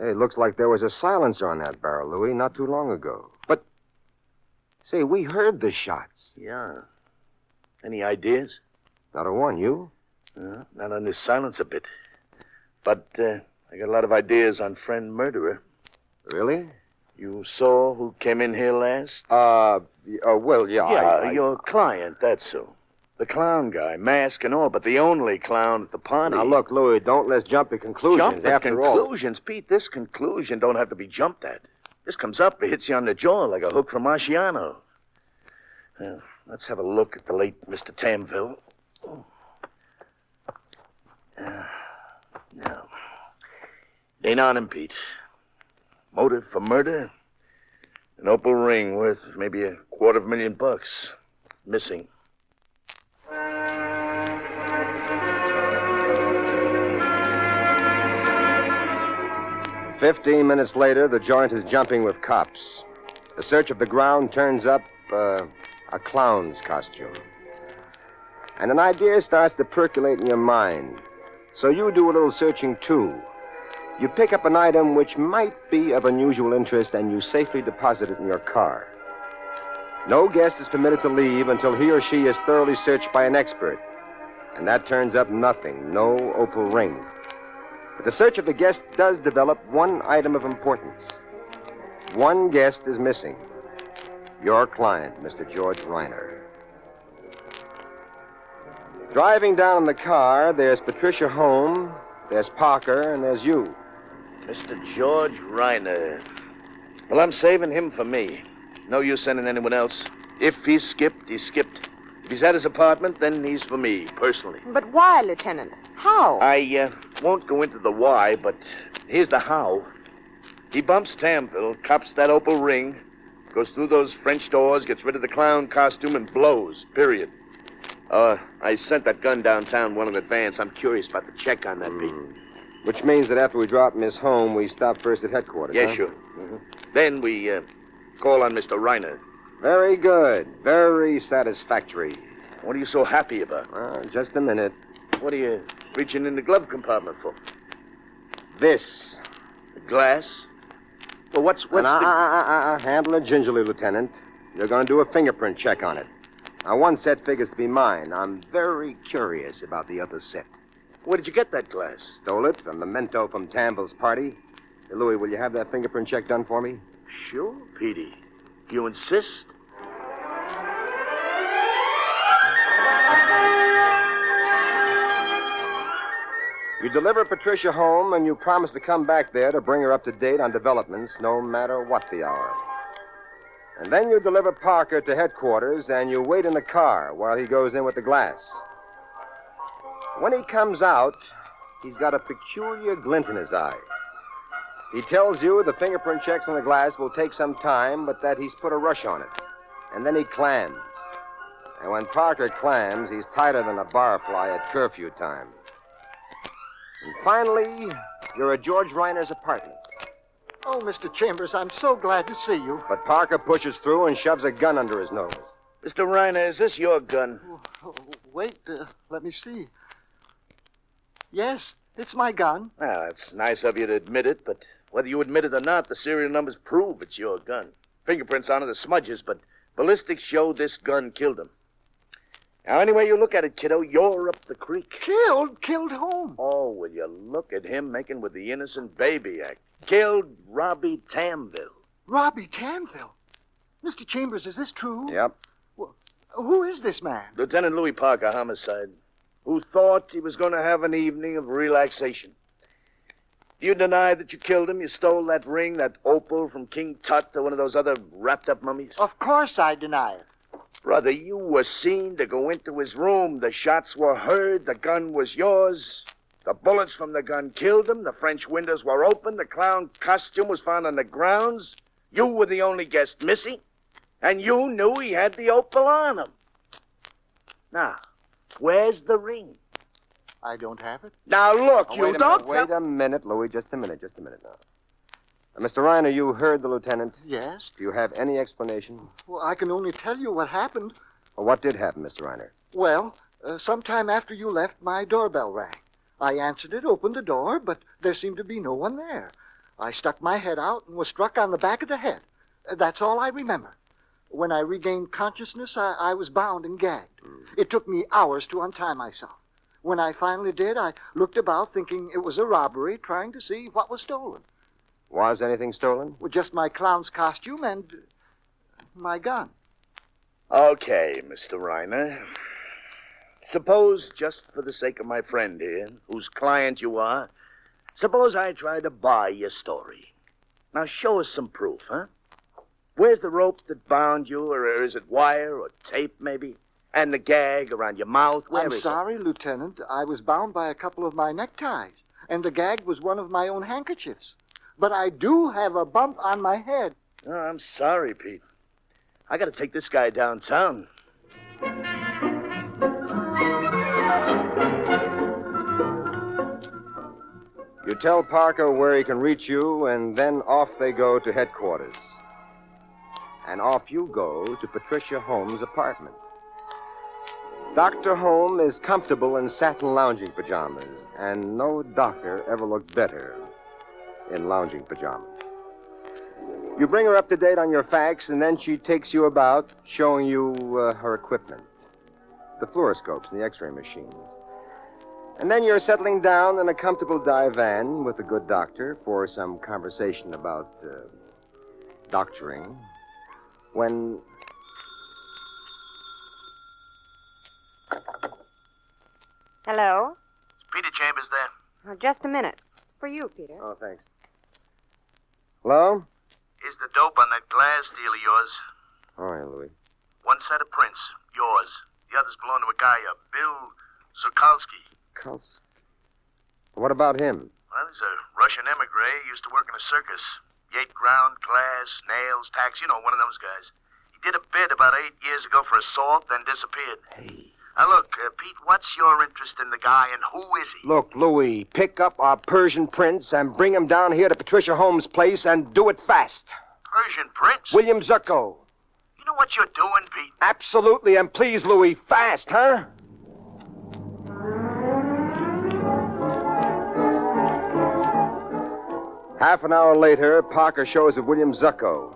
[SPEAKER 3] Hey, it looks like there was a silencer on that barrel, Louis, not too long ago. But. Say, we heard the shots.
[SPEAKER 6] Yeah. Any ideas?
[SPEAKER 3] Not a one, you?
[SPEAKER 6] Uh, not on this silence a bit. But uh, I got a lot of ideas on friend murderer.
[SPEAKER 3] Really?
[SPEAKER 6] You saw who came in here last?
[SPEAKER 3] Uh, y- uh well, yeah. I-
[SPEAKER 6] yeah,
[SPEAKER 3] I-
[SPEAKER 6] your client, that's so. The clown guy, mask and all, but the only clown at the party.
[SPEAKER 3] Now, look, Louis, don't let's jump to conclusions.
[SPEAKER 6] Jump
[SPEAKER 3] After
[SPEAKER 6] conclusions. Conclusions, Pete. This conclusion don't have to be jumped at. This comes up, it hits you on the jaw like a hook from Marciano. Well, let's have a look at the late Mr. Tamville. Uh, no. Ain't on him, Pete. Motive for murder? An opal ring worth maybe a quarter of a million bucks. Missing.
[SPEAKER 3] all, fifteen minutes later, the joint is jumping with cops. A search of the ground turns up uh, a clown's costume. And an idea starts to percolate in your mind. So you do a little searching too. You pick up an item which might be of unusual interest and you safely deposit it in your car. No guest is permitted to leave until he or she is thoroughly searched by an expert. And that turns up nothing, no opal ring. But the search of the guest does develop one item of importance. One guest is missing. Your client, Mr. George Reiner. Driving down in the car, there's Patricia Home, there's Parker, and there's you.
[SPEAKER 6] Mr. George Reiner. Well, I'm saving him for me. No use sending anyone else. If he skipped, he skipped. If he's at his apartment, then he's for me, personally.
[SPEAKER 19] But why, Lieutenant? How?
[SPEAKER 6] I uh, won't go into the why, but here's the how. He bumps Tamville, cops that opal ring, goes through those French doors, gets rid of the clown costume, and blows, period. Uh, I sent that gun downtown well in advance. I'm curious about the check on that beat.
[SPEAKER 3] Which means that after we drop Miss Home, we stop first at headquarters.
[SPEAKER 6] Yeah,
[SPEAKER 3] huh?
[SPEAKER 6] sure. Then we uh, call on Mr. Reiner.
[SPEAKER 3] Very good. Very satisfactory.
[SPEAKER 6] What are you so happy about?
[SPEAKER 3] just a minute.
[SPEAKER 6] What are you reaching in the glove compartment for?
[SPEAKER 3] This.
[SPEAKER 6] The glass? Well, what's what's
[SPEAKER 3] Now,
[SPEAKER 6] the...
[SPEAKER 3] uh, uh, uh, uh, handle it gingerly, Lieutenant. You're going to do a fingerprint check on it. Now, one set figures to be mine. I'm very curious about the other set.
[SPEAKER 6] Where did you get that glass?
[SPEAKER 3] Stole it, a memento from Tamble's party. Hey, Louis, will you have that fingerprint check done for me?
[SPEAKER 6] Sure, Petey. You insist?
[SPEAKER 3] You deliver Patricia home, and you promise to come back there to bring her up to date on developments, no matter what the hour. And then you deliver Parker to headquarters, and you wait in the car while he goes in with the glass. When he comes out, he's got a peculiar glint in his eye. He tells you the fingerprint checks on the glass will take some time, but that he's put a rush on it. And then he clams. And when Parker clams, he's tighter than a barfly at curfew time. And finally, you're at George Reiner's apartment.
[SPEAKER 4] Oh, Mr. Chambers, I'm so glad to see you.
[SPEAKER 3] But Parker pushes through and shoves a gun under his nose.
[SPEAKER 6] Mr. Reiner, is this your gun?
[SPEAKER 4] Wait, uh, let me see. Yes, it's my gun.
[SPEAKER 6] Well, it's nice of you to admit it, but whether you admit it or not, the serial numbers prove it's your gun. Fingerprints on it are smudges, but ballistics show this gun killed him. Now, any way you look at it, kiddo, you're up the creek.
[SPEAKER 4] Killed? Killed whom?
[SPEAKER 6] Oh, will you look at him making with the Innocent Baby Act? Killed Robbie Tamville.
[SPEAKER 4] Robbie Tanville. Mr. Chambers, is this true?
[SPEAKER 3] Yep.
[SPEAKER 4] Who is this man?
[SPEAKER 6] Lieutenant Louis Parker, homicide, who thought he was going to have an evening of relaxation. You deny that you killed him, you stole that ring, that opal from King Tut or one of those other wrapped up mummies?
[SPEAKER 4] Of course I deny it.
[SPEAKER 6] Brother, you were seen to go into his room. The shots were heard, the gun was yours. The bullets from the gun killed him, the French windows were open, the clown costume was found on the grounds. You were the only guest missing, and you knew he had the opal on him. Now, where's the ring?
[SPEAKER 4] I don't have it.
[SPEAKER 6] Now, look,
[SPEAKER 3] Now,
[SPEAKER 6] you
[SPEAKER 3] Oh, wait a
[SPEAKER 6] don't.
[SPEAKER 3] Minute, wait a minute, Louis. Just a minute. Just a minute now. Uh, Mr. Reiner, you heard the lieutenant.
[SPEAKER 4] Yes.
[SPEAKER 3] Do you have any explanation?
[SPEAKER 4] Well, I can only tell you what happened.
[SPEAKER 3] Well, what did happen, Mr. Reiner?
[SPEAKER 4] Well, uh, sometime after you left, my doorbell rang. I answered it, opened the door, but there seemed to be no one there. I stuck my head out and was struck on the back of the head. Uh, That's all I remember. When I regained consciousness, I, I was bound and gagged.
[SPEAKER 3] Mm.
[SPEAKER 4] It took me hours to untie myself. When I finally did, I looked about thinking it was a robbery, trying to see what was stolen.
[SPEAKER 3] Was anything stolen?
[SPEAKER 4] Well, just my clown's costume and uh, my gun.
[SPEAKER 6] Okay, Mr. Reiner. Suppose, just for the sake of my friend here, whose client you are, suppose I try to buy your story. Now, show us some proof, huh? Where's the rope that bound you, or is it wire or tape, maybe? And the gag around your mouth? Where
[SPEAKER 4] I'm
[SPEAKER 6] is it?
[SPEAKER 4] sorry, Lieutenant. I was bound by a couple of my neckties, and the gag was one of my own handkerchiefs. But I do have a bump on my head.
[SPEAKER 6] Oh, I'm sorry, Pete. I gotta take this guy downtown.
[SPEAKER 3] You tell Parker where he can reach you, and then off they go to headquarters. and off you go to Patricia Holmes' apartment. Dr. Holmes is comfortable in satin lounging pajamas, and no doctor ever looked better in lounging pajamas. You bring her up to date on your facts, and then she takes you about, showing you uh, her equipment the fluoroscopes and the x ray machines. And then you're settling down in a comfortable divan with a good doctor for some conversation about uh, doctoring when.
[SPEAKER 19] Hello?
[SPEAKER 6] Peter Chambers there.
[SPEAKER 19] Oh, just a minute. It's for you, Peter.
[SPEAKER 3] Oh, thanks. Hello?
[SPEAKER 21] Is the dope on that glass deal of yours?
[SPEAKER 3] Oh, yeah, Louis.
[SPEAKER 21] One set of prints, yours. The others belong to a guy, uh, Bill Zukalski.
[SPEAKER 3] Kals. What about him?
[SPEAKER 21] Well, he's a Russian emigre. Used to work in a circus. Yate ground, glass, nails, tax, you know, one of those guys. He did a bid about eight years ago for assault, then disappeared. Hey. Now, look, uh, Pete, what's your interest in the guy and who is he?
[SPEAKER 3] Look, Louis, pick up our Persian prince and bring him down here to Patricia Holmes' place and do it fast.
[SPEAKER 21] Persian Prince?
[SPEAKER 3] William Zucco.
[SPEAKER 21] You know what you're doing, Pete?
[SPEAKER 3] Absolutely, and please, Louis, fast, huh? Half an hour later, Parker shows at William Zucco.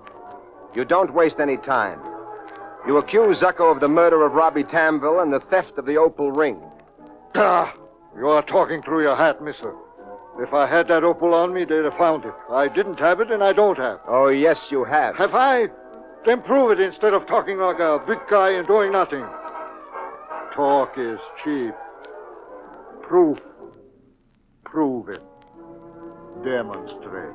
[SPEAKER 3] You don't waste any time. You accuse Zucco of the murder of Robbie Tamville and the theft of the opal ring.
[SPEAKER 1] Ah, you are talking through your hat, mister. If I had that opal on me, they'd have found it. I didn't have it, and I don't have.
[SPEAKER 3] Oh, yes, you have.
[SPEAKER 1] Have I? Then prove it instead of talking like a big guy and doing nothing. Talk is cheap. Proof. Prove it. Demonstrate.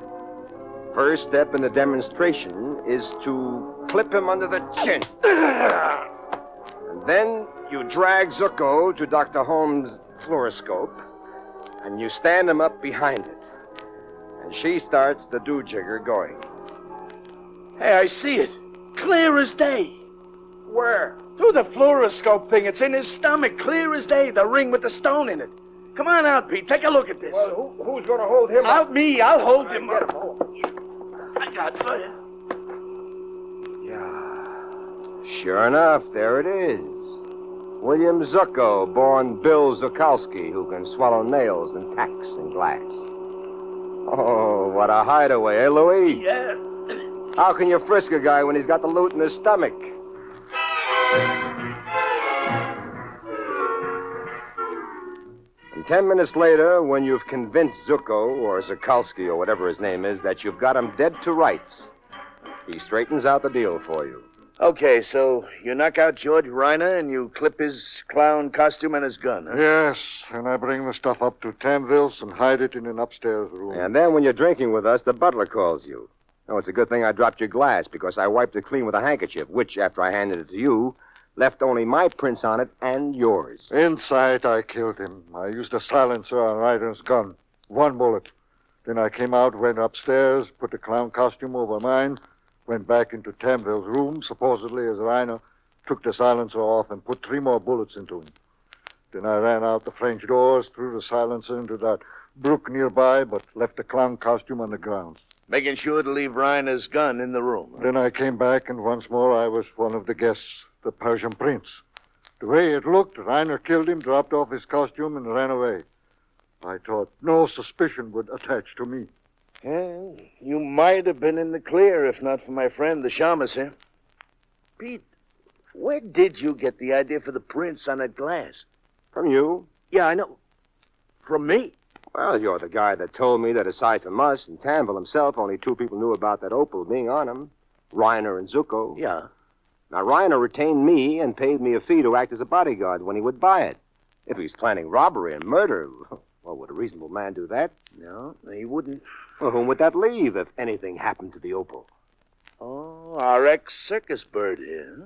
[SPEAKER 3] First step in the demonstration is to clip him under the chin. and then you drag Zucco to Dr. Holmes' fluoroscope, and you stand him up behind it. And she starts the do-jigger going.
[SPEAKER 20] Hey, I see it. Clear as day. Where? Through the fluoroscope thing. It's in his stomach. Clear as day. The ring with the stone in it. Come on out, Pete. Take a look at this.
[SPEAKER 6] Well, who, who's going to hold him
[SPEAKER 20] Out
[SPEAKER 6] up?
[SPEAKER 20] me. I'll hold
[SPEAKER 6] All right,
[SPEAKER 20] him
[SPEAKER 6] get
[SPEAKER 20] up. I got it for you.
[SPEAKER 3] Sure enough, there it is. William Zucco, born Bill Zukowski, who can swallow nails and tacks and glass. Oh, what a hideaway, eh, Louis?
[SPEAKER 20] Yeah.
[SPEAKER 3] How can you frisk a guy when he's got the loot in his stomach? And ten minutes later, when you've convinced Zucco, or Zukowski, or whatever his name is, that you've got him dead to rights, he straightens out the deal for you.
[SPEAKER 22] Okay, so you knock out George Reiner and you clip his clown costume and his gun, huh?
[SPEAKER 1] Yes, and I bring the stuff up to Tamville's and hide it in an upstairs room.
[SPEAKER 3] And then when you're drinking with us, the butler calls you. Oh, it's a good thing I dropped your glass because I wiped it clean with a handkerchief, which, after I handed it to you, left only my prints on it and yours.
[SPEAKER 1] Inside, I killed him. I used a silencer on Ryder's gun. One bullet. Then I came out, went upstairs, put the clown costume over mine, went back into Tamville's room, supposedly as Reiner, took the silencer off and put three more bullets into him. Then I ran out the French doors, threw the silencer into that brook nearby, but left the clown costume on the grounds.
[SPEAKER 22] Making sure to leave Reiner's gun in the room.
[SPEAKER 1] Then I came back, and once more I was one of the guests, the Persian prince. The way it looked, Reiner killed him, dropped off his costume, and ran away. I thought no suspicion would attach to me.
[SPEAKER 22] Well, you might have been in the clear if not for my friend, the shamus here. Pete, where did you get the idea for the prints on that glass?
[SPEAKER 3] From you?
[SPEAKER 22] Yeah, I know. From me?
[SPEAKER 3] Well, you're the guy that told me that aside from us and Tanville himself, only two people knew about that opal being on him Reiner and Zucco.
[SPEAKER 22] Yeah.
[SPEAKER 3] Now, Reiner retained me and paid me a fee to act as a bodyguard when he would buy it. If he was planning robbery and murder, well, would a reasonable man do that?
[SPEAKER 22] No, he wouldn't.
[SPEAKER 3] Well, whom would that leave if anything happened to the opal?
[SPEAKER 22] Oh, our ex circus bird here. huh?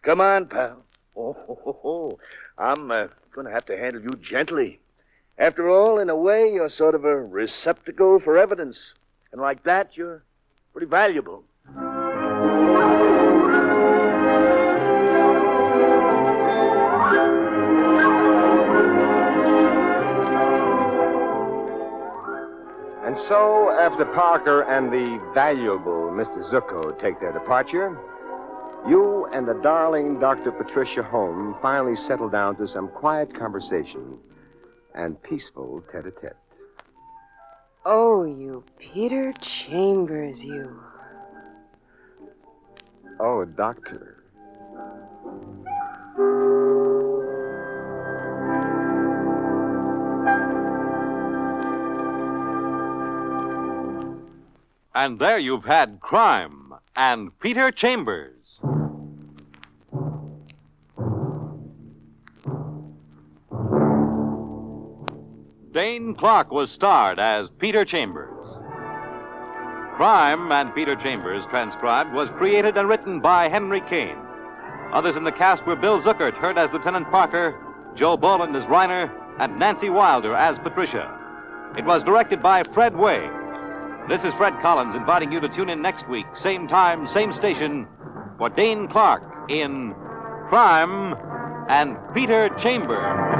[SPEAKER 22] Come on, pal. Oh, ho, ho, ho. I'm uh, going to have to handle you gently. After all, in a way, you're sort of a receptacle for evidence. And like that, you're pretty valuable.
[SPEAKER 3] And So, after Parker and the valuable Mr. Zucco take their departure, you and the darling Dr. Patricia Home finally settle down to some quiet conversation and peaceful tete a tete.
[SPEAKER 23] Oh, you Peter Chambers, you.
[SPEAKER 3] Oh, Doctor.
[SPEAKER 2] And there you've had Crime and Peter Chambers. Dane Clark was starred as Peter Chambers. Crime and Peter Chambers, transcribed, was created and written by Henry Kane. Others in the cast were Bill Zuckert, heard as Lieutenant Parker, Joe Boland as Reiner, and Nancy Wilder as Patricia. It was directed by Fred Way. This is Fred Collins inviting you to tune in next week, same time, same station, for Dane Clark in Crime and Peter Chambers.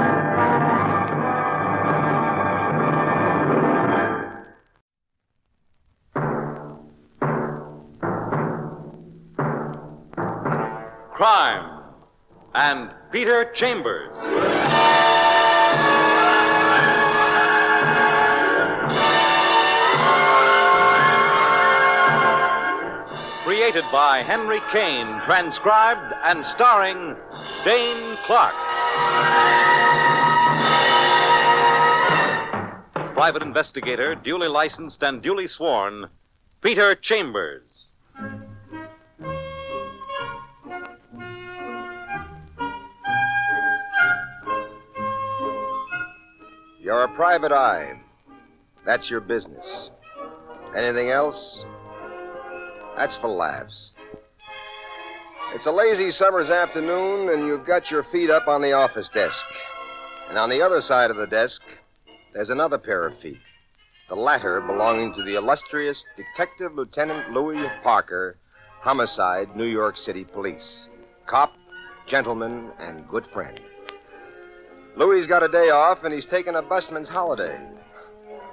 [SPEAKER 2] Crime and Peter Chambers. Created by Henry Kane, transcribed and starring Dane Clark. Private investigator, duly licensed and duly sworn, Peter Chambers.
[SPEAKER 3] You're a private eye. That's your business. Anything else? That's for laughs. It's a lazy summer's afternoon, and you've got your feet up on the office desk. And on the other side of the desk, there's another pair of feet, the latter belonging to the illustrious Detective Lieutenant Louis Parker, homicide, New York City police. Cop, gentleman, and good friend. Louis's got a day off, and he's taking a busman's holiday.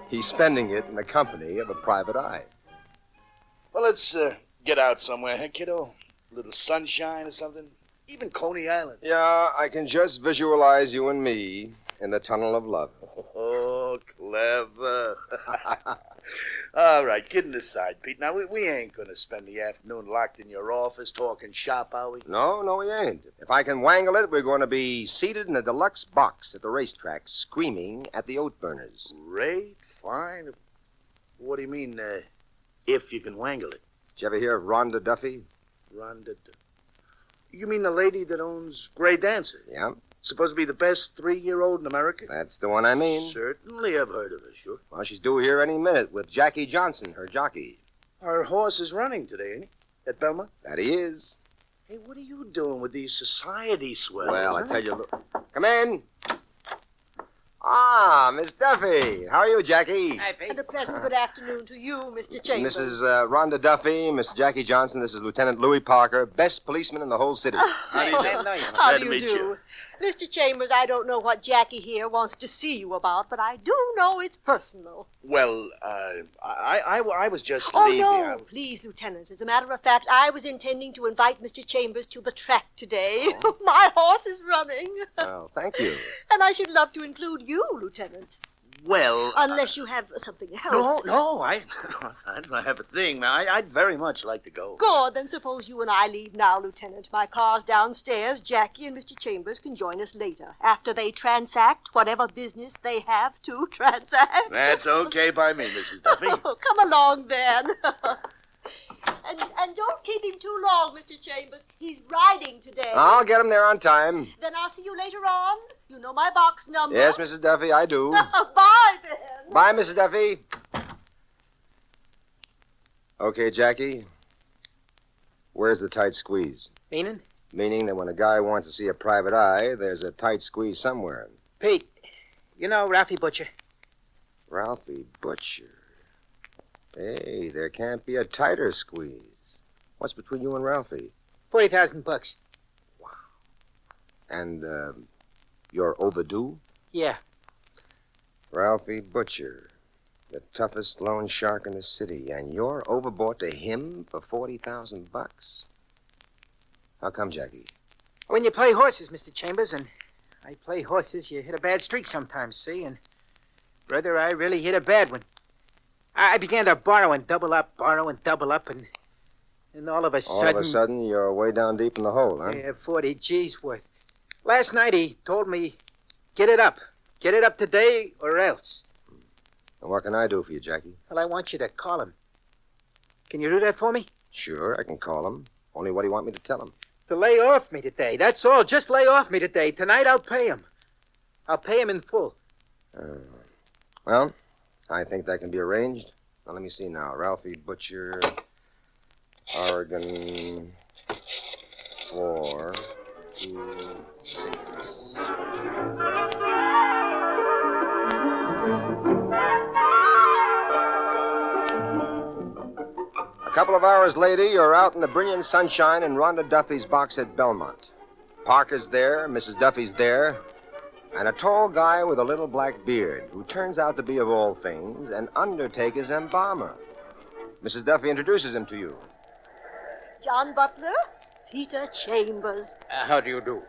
[SPEAKER 3] He's spending it in the company of a private eye.
[SPEAKER 6] Well, let's uh, get out somewhere, huh, kiddo? A little sunshine or something? Even Coney Island.
[SPEAKER 3] Yeah, I can just visualize you and me in the tunnel of love.
[SPEAKER 6] Oh, clever. All right, kidding aside, Pete. Now, we, we ain't going to spend the afternoon locked in your office talking shop, are we?
[SPEAKER 3] No, no, he ain't. If I can wangle it, we're going to be seated in a deluxe box at the racetrack, screaming at the oat burners.
[SPEAKER 6] Great, fine. What do you mean, uh, if you can wangle it?
[SPEAKER 3] Did you ever hear of Rhonda Duffy?
[SPEAKER 6] Rhonda. D- You mean the lady that owns Grey Dancer?
[SPEAKER 3] Yeah,
[SPEAKER 6] Supposed to be the best three year old in America?
[SPEAKER 3] that's the one I mean.
[SPEAKER 6] Certainly I've heard of her, sure.
[SPEAKER 3] Well, she's due here any minute with Jackie Johnson, her jockey.
[SPEAKER 6] Our horse is running today, ain't he? At Belmont?
[SPEAKER 3] That he is.
[SPEAKER 6] Hey, what are you doing with these society swells?
[SPEAKER 3] Well, I
[SPEAKER 6] huh?
[SPEAKER 3] tell you, look. Come in. Ah, Miss Duffy. How are you, Jackie?
[SPEAKER 24] And a pleasant good afternoon to you, Mr. Chambers.
[SPEAKER 3] Mrs. Uh, Rhonda Duffy, Miss Jackie Johnson. This is Lieutenant Louis Parker, best policeman in the whole city.
[SPEAKER 24] How do you do? Mr. Chambers, I don't know what Jackie here wants to see you about, but I do know it's personal.
[SPEAKER 6] Well, uh, I, I, I was just
[SPEAKER 24] Oh,
[SPEAKER 6] leaving. Um,
[SPEAKER 24] no, please, Lieutenant. As a matter of fact, I was intending to invite Mr. Chambers to the track today.
[SPEAKER 6] Oh.
[SPEAKER 24] My horse is running.
[SPEAKER 3] Well, thank you.
[SPEAKER 24] and I should love to include you, Lieutenant.
[SPEAKER 6] Well, uh,
[SPEAKER 24] Unless you have something
[SPEAKER 6] no,
[SPEAKER 24] else.
[SPEAKER 6] no, I, I don't have a thing. I, I'd very much like to go.
[SPEAKER 24] Good. Then suppose you and I leave now, Lieutenant. My car's downstairs. Jackie and Mr. Chambers can join us later after they transact whatever business they have to transact.
[SPEAKER 6] That's okay by me, Mrs. Duffy.
[SPEAKER 24] Oh, come along, then. and, and don't keep him too long, Mr. Chambers. He's riding today.
[SPEAKER 3] I'll get him there on time.
[SPEAKER 24] Then I'll see you later on. You know my box number.
[SPEAKER 3] Yes, Mrs. Duffy, I do.
[SPEAKER 24] Bye, then.
[SPEAKER 3] Bye, Mrs. Duffy. Okay, Jackie. Where's the tight squeeze?
[SPEAKER 24] Meaning?
[SPEAKER 3] Meaning that when a guy wants to see a private eye, there's a tight squeeze somewhere.
[SPEAKER 24] Pete, you know Ralphie Butcher.
[SPEAKER 3] Ralphie Butcher. Hey, there can't be a tighter squeeze. What's between you and Ralphie?
[SPEAKER 24] 40,000 bucks.
[SPEAKER 3] And uh, you're overdue?
[SPEAKER 24] Yeah.
[SPEAKER 3] Ralphie Butcher. The toughest loan shark in the city, and you're overboard to him for 40,000 bucks? How come, Jackie?
[SPEAKER 25] When you play horses, Mr. Chambers, and I play horses, you hit a bad streak sometimes, see? And, brother, I really hit a bad one. I I began to borrow and double up, borrow and double up, and, and all of a
[SPEAKER 3] All
[SPEAKER 25] sudden.
[SPEAKER 3] of a sudden, you're way down deep in the hole, huh?
[SPEAKER 25] Yeah, 40 G's worth. Last night he told me, get it up. Get it up today or else.
[SPEAKER 3] And what can I do for you, Jackie?
[SPEAKER 25] Well, I want you to call him. Can you do that for me?
[SPEAKER 3] Sure, I can call him. Only what do you want me to tell him?
[SPEAKER 25] To lay off me today. That's all. Just lay off me today. Tonight I'll pay him. I'll pay him in full.
[SPEAKER 3] Uh, well, I think that can be arranged. Now, let me see now. Ralphie Butcher, Oregon, four, two, six. A couple of hours later, you're out in the brilliant sunshine in Rhonda Duffy's box at Belmont. Parker's there, Mrs. Duffy's there, and a tall guy with a little black beard who turns out to be, of all things, an undertaker's embalmer. Mrs. Duffy introduces him to you.
[SPEAKER 24] John Butler, Peter Chambers.
[SPEAKER 3] Uh, how do you do?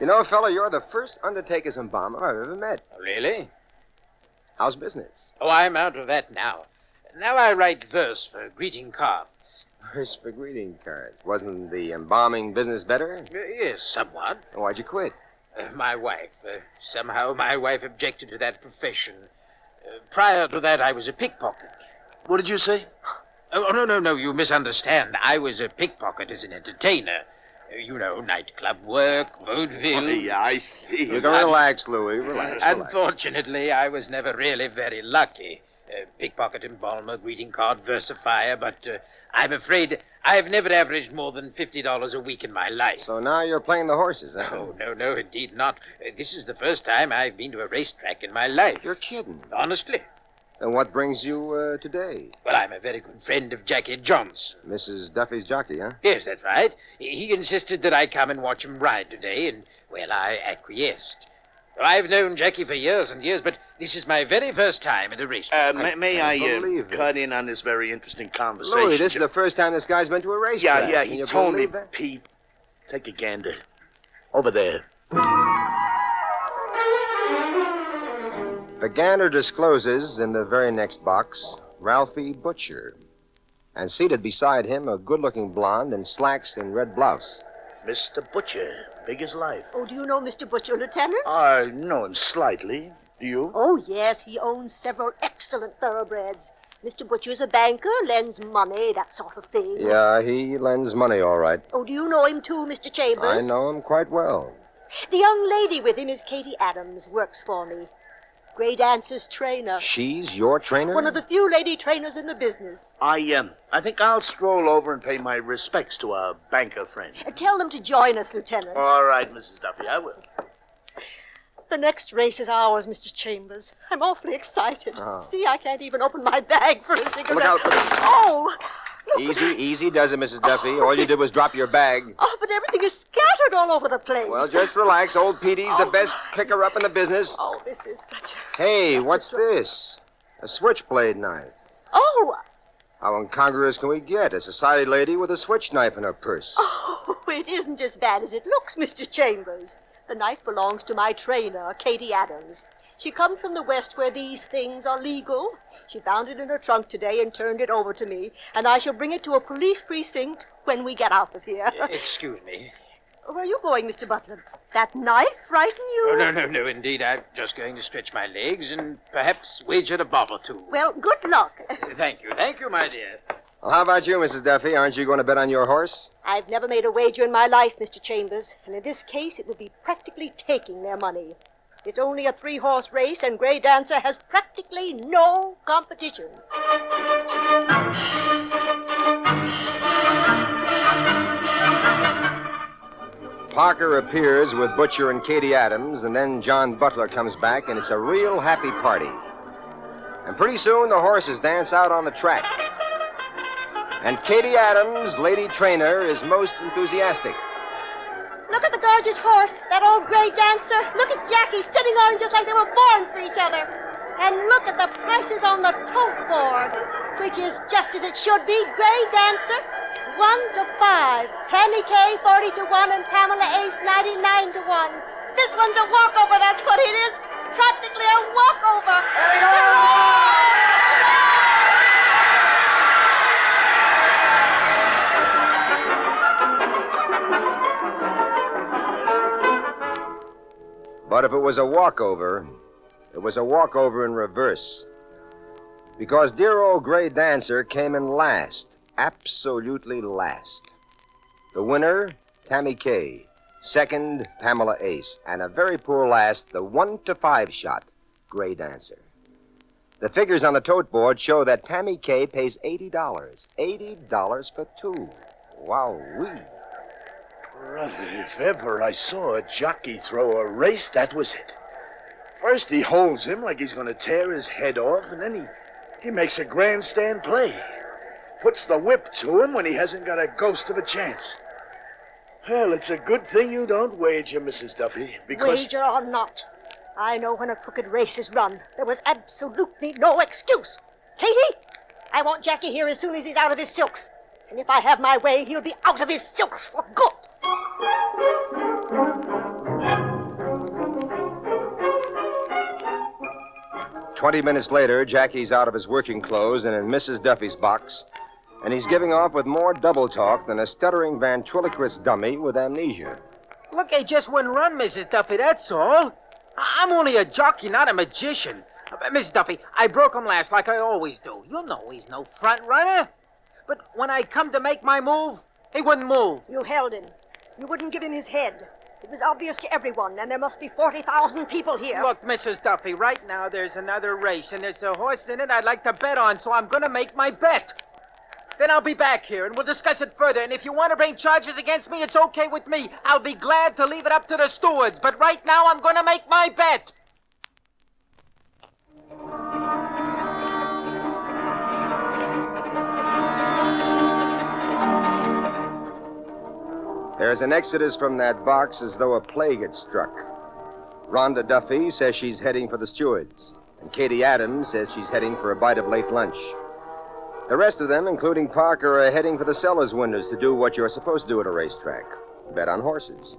[SPEAKER 3] You know, fella, you're the first undertaker's embalmer I've ever met.
[SPEAKER 25] Really?
[SPEAKER 3] How's business?
[SPEAKER 25] Oh, I'm out of that now. Now I write verse for greeting cards.
[SPEAKER 3] First for greeting card. Wasn't the embalming business better?
[SPEAKER 25] Uh, yes, somewhat.
[SPEAKER 3] Why'd you quit?
[SPEAKER 25] Uh, my wife. Uh, somehow my wife objected to that profession. Uh, prior to that, I was a pickpocket. What did you say? Oh, no, no, no, you misunderstand. I was a pickpocket as an entertainer. Uh, you know, nightclub work, vaudeville.
[SPEAKER 3] Oh, yeah,
[SPEAKER 25] I see.
[SPEAKER 3] You can relax, Louis. Relax. relax.
[SPEAKER 25] Unfortunately, I was never really very lucky. Uh, pickpocket embalmer, greeting card versifier, but uh, I'm afraid I've never averaged more than $50 a week in my life.
[SPEAKER 3] So now you're playing the horses, huh?
[SPEAKER 25] No, no, no, indeed not. Uh, This is the first time I've been to a racetrack in my life. You're kidding. Honestly.
[SPEAKER 3] And what brings you uh, today?
[SPEAKER 25] Well, I'm a very good friend of Jackie Johnson.
[SPEAKER 3] Mrs. Duffy's jockey, huh?
[SPEAKER 25] Yes, that's right. He insisted that I come and watch him ride today, and, well, I acquiesced. Well, I've known Jackie for years and years, but this is my very first time at a
[SPEAKER 22] Uh,
[SPEAKER 25] racetrack.
[SPEAKER 22] may, may I, uh,
[SPEAKER 25] believe it.
[SPEAKER 22] cut in on this very interesting conversation?
[SPEAKER 3] Louis, this is the first time this guy's been to a race.
[SPEAKER 22] Yeah, yeah, he
[SPEAKER 3] you
[SPEAKER 22] told me,
[SPEAKER 3] believe that?
[SPEAKER 22] Pete. Take a gander. Over there.
[SPEAKER 3] The gander discloses in the very next box Ralphie Butcher. And seated beside him, a good looking blonde in slacks and red blouse.
[SPEAKER 22] Mr. Butcher, big as life.
[SPEAKER 24] Oh, do you know Mr. Butcher, Lieutenant?
[SPEAKER 22] I know him slightly. Do you?
[SPEAKER 24] Oh, yes, he owns several excellent thoroughbreds. Mr. Butcher's a banker, lends money, that sort of thing.
[SPEAKER 3] Yeah, he lends money, all right.
[SPEAKER 24] Oh, do you know him too, Mr. Chambers?
[SPEAKER 3] I know him quite well.
[SPEAKER 24] The young lady with him is Katie Adams, works for me. Gray Dance's trainer.
[SPEAKER 3] She's your trainer?
[SPEAKER 24] One of the few lady trainers in the business.
[SPEAKER 22] I, um, I think I'll stroll over and pay my respects to our banker friend.
[SPEAKER 24] Uh, Tell them to join us, Lieutenant.
[SPEAKER 3] Uh,
[SPEAKER 22] All right, Mrs. Duffy, I will.
[SPEAKER 24] The next race is ours, Mr. Chambers. I'm awfully excited.
[SPEAKER 3] Oh.
[SPEAKER 24] See, I can't even open my bag for a cigarette.
[SPEAKER 3] Look out, look
[SPEAKER 24] Oh,
[SPEAKER 3] Easy, easy does it, Mrs. Duffy. All you did was drop your bag.
[SPEAKER 24] oh, but everything is scattered all over the place.
[SPEAKER 3] Well, just relax. Old Petey's the best picker up in the business.
[SPEAKER 24] Oh, this is such a...
[SPEAKER 3] Hey, what's this? A switchblade knife.
[SPEAKER 24] Oh,
[SPEAKER 3] How incongruous can we get? A society lady with a switch knife in her purse.
[SPEAKER 24] oh, it isn't as bad as it looks, Mr. Chambers. The knife belongs to my trainer, Katie Adams. She comes from the West where these things are legal. She found it in her trunk today and turned it over to me, and I shall bring it to a police precinct when we get out of here.
[SPEAKER 25] Uh, Excuse me.
[SPEAKER 24] Where are you going, Mr. Butler? That knife frighten you?
[SPEAKER 25] Oh, no, no, no, indeed. I'm just going to stretch my legs and perhaps wager a bob or two.
[SPEAKER 24] Well, good luck.
[SPEAKER 25] Thank you, thank you, my dear.
[SPEAKER 3] Well, how about you, Mrs. Duffy? Aren't you going to bet on your horse?
[SPEAKER 24] I've never made a wager in my life, Mr. Chambers, and in this case it would be practically taking their money. It's only a three horse race, and Grey Dancer has practically no competition.
[SPEAKER 3] Parker appears with Butcher and Katie Adams, and then John Butler comes back, and it's a real happy party. And pretty soon the horses dance out on the track. And Katie Adams, lady trainer, is most enthusiastic.
[SPEAKER 24] Look at the gorgeous horse, that old Grey Dancer. Look at Jackie sitting on him just like they were born for each other. And look at the prices on the tote board, which is just as it should be. Gray Dancer, 1 to 5. Tammy K, 40 to 1. And Pamela Ace, 99 to 1. This one's a walkover, that's what it is. Practically a walkover.
[SPEAKER 3] But if it was a walkover, it was a walkover in reverse. Because dear old Gray Dancer came in last, absolutely last. The winner, Tammy Kay. Second, Pamela Ace. And a very poor last, the one to five shot, Gray Dancer. The figures on the tote board show that Tammy Kay pays $80. $80 for two. Wow, wee.
[SPEAKER 6] Brother, if ever I saw a jockey throw a race, that was it. First he holds him like he's going to tear his head off, and then he, he makes a grandstand play. Puts the whip to him when he hasn't got a ghost of a chance. Well, it's a good thing you don't wager, Mrs. Duffy, because.
[SPEAKER 24] Wager or not, I know when a crooked race is run. There was absolutely no excuse. Katie, I want Jackie here as soon as he's out of his silks. And if I have my way, he'll be out of his silks for good.
[SPEAKER 3] Twenty minutes later, Jackie's out of his working clothes and in Mrs. Duffy's box, and he's giving off with more double talk than a stuttering ventriloquist dummy with amnesia.
[SPEAKER 5] Look, I just wouldn't run, Mrs. Duffy, that's all. I- I'm only a jockey, not a magician. Uh, Mrs. Duffy, I broke him last like I always do. You know he's no front runner. But when I come to make my move, he wouldn't move.
[SPEAKER 24] You held him. You wouldn't give him his head. It was obvious to everyone, and there must be 40,000 people here.
[SPEAKER 5] Look, Mrs. Duffy, right now there's another race, and there's a horse in it I'd like to bet on, so I'm going to make my bet. Then I'll be back here, and we'll discuss it further. And if you want to bring charges against me, it's okay with me. I'll be glad to leave it up to the stewards, but right now I'm going to make my bet.
[SPEAKER 3] There's an exodus from that box as though a plague had struck. Rhonda Duffy says she's heading for the stewards, and Katie Adams says she's heading for a bite of late lunch. The rest of them, including Parker, are heading for the sellers' windows to do what you're supposed to do at a racetrack bet on horses.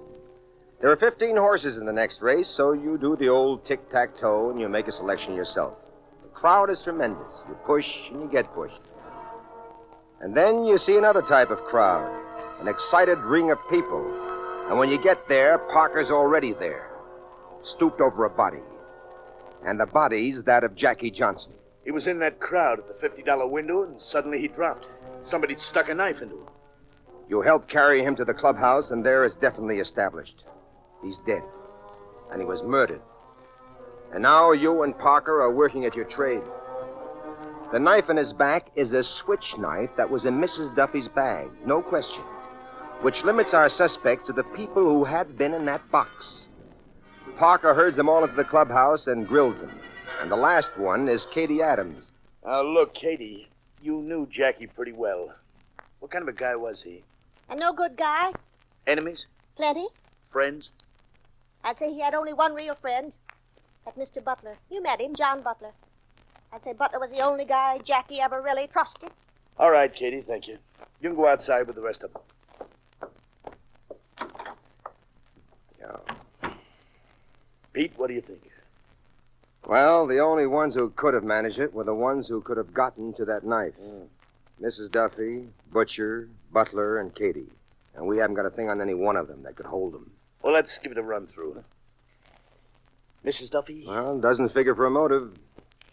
[SPEAKER 3] There are 15 horses in the next race, so you do the old tic tac toe and you make a selection yourself. The crowd is tremendous. You push and you get pushed. And then you see another type of crowd an excited ring of people. And when you get there, Parker's already there, stooped over a body. And the body's that of Jackie Johnson.
[SPEAKER 6] He was in that crowd at the $50 window, and suddenly he dropped. Somebody stuck a knife into him.
[SPEAKER 3] You help carry him to the clubhouse, and there is definitely established. He's dead. And he was murdered. And now you and Parker are working at your trade. The knife in his back is a switch knife that was in Mrs. Duffy's bag, no question, which limits our suspects to the people who had been in that box. Parker herds them all into the clubhouse and grills them. And the last one is Katie Adams.
[SPEAKER 6] Now, Uh, look, Katie, you knew Jackie pretty well. What kind of a guy was he?
[SPEAKER 24] A no good guy?
[SPEAKER 6] Enemies?
[SPEAKER 24] Plenty?
[SPEAKER 6] Friends?
[SPEAKER 24] I'd say he had only one real friend. That Mr. Butler. You met him, John Butler. I'd say Butler was the only guy Jackie ever really trusted.
[SPEAKER 6] All right, Katie, thank you. You can go outside with the rest of them. Pete, what do you think?
[SPEAKER 3] Well, the only ones who could have managed it were the ones who could have gotten to that knife Mrs. Duffy, Butcher, Butler, and Katie. And we haven't got a thing on any one of them that could hold them.
[SPEAKER 6] Well, let's give it a run through. Mrs. Duffy?
[SPEAKER 3] Well, doesn't figure for a motive.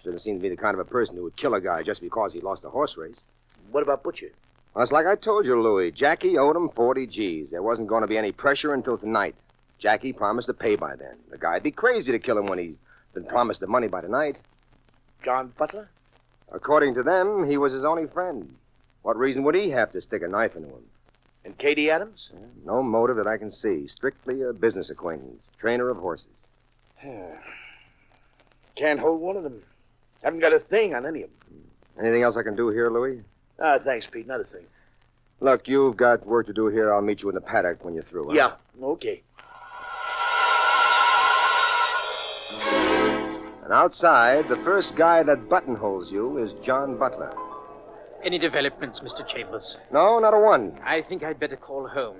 [SPEAKER 3] Doesn't seem to be the kind of a person who would kill a guy just because he lost a horse race.
[SPEAKER 6] What about Butcher?
[SPEAKER 3] Well, it's like I told you, Louie. Jackie owed him 40 G's. There wasn't going to be any pressure until tonight. Jackie promised to pay by then. The guy'd be crazy to kill him when he's been promised the money by tonight.
[SPEAKER 6] John Butler?
[SPEAKER 3] According to them, he was his only friend. What reason would he have to stick a knife into him?
[SPEAKER 6] And Katie Adams?
[SPEAKER 3] No motive that I can see. Strictly a business acquaintance, trainer of horses.
[SPEAKER 6] Can't hold one of them. Haven't got a thing on any of them.
[SPEAKER 3] Anything else I can do here, Louis?
[SPEAKER 6] Ah, thanks, Pete. Not a thing.
[SPEAKER 3] Look, you've got work to do here. I'll meet you in the paddock when you're through. huh?
[SPEAKER 6] Yeah, okay.
[SPEAKER 3] And outside, the first guy that buttonholes you is John Butler.
[SPEAKER 25] Any developments, Mr. Chambers?
[SPEAKER 3] No, not a one.
[SPEAKER 25] I think I'd better call home.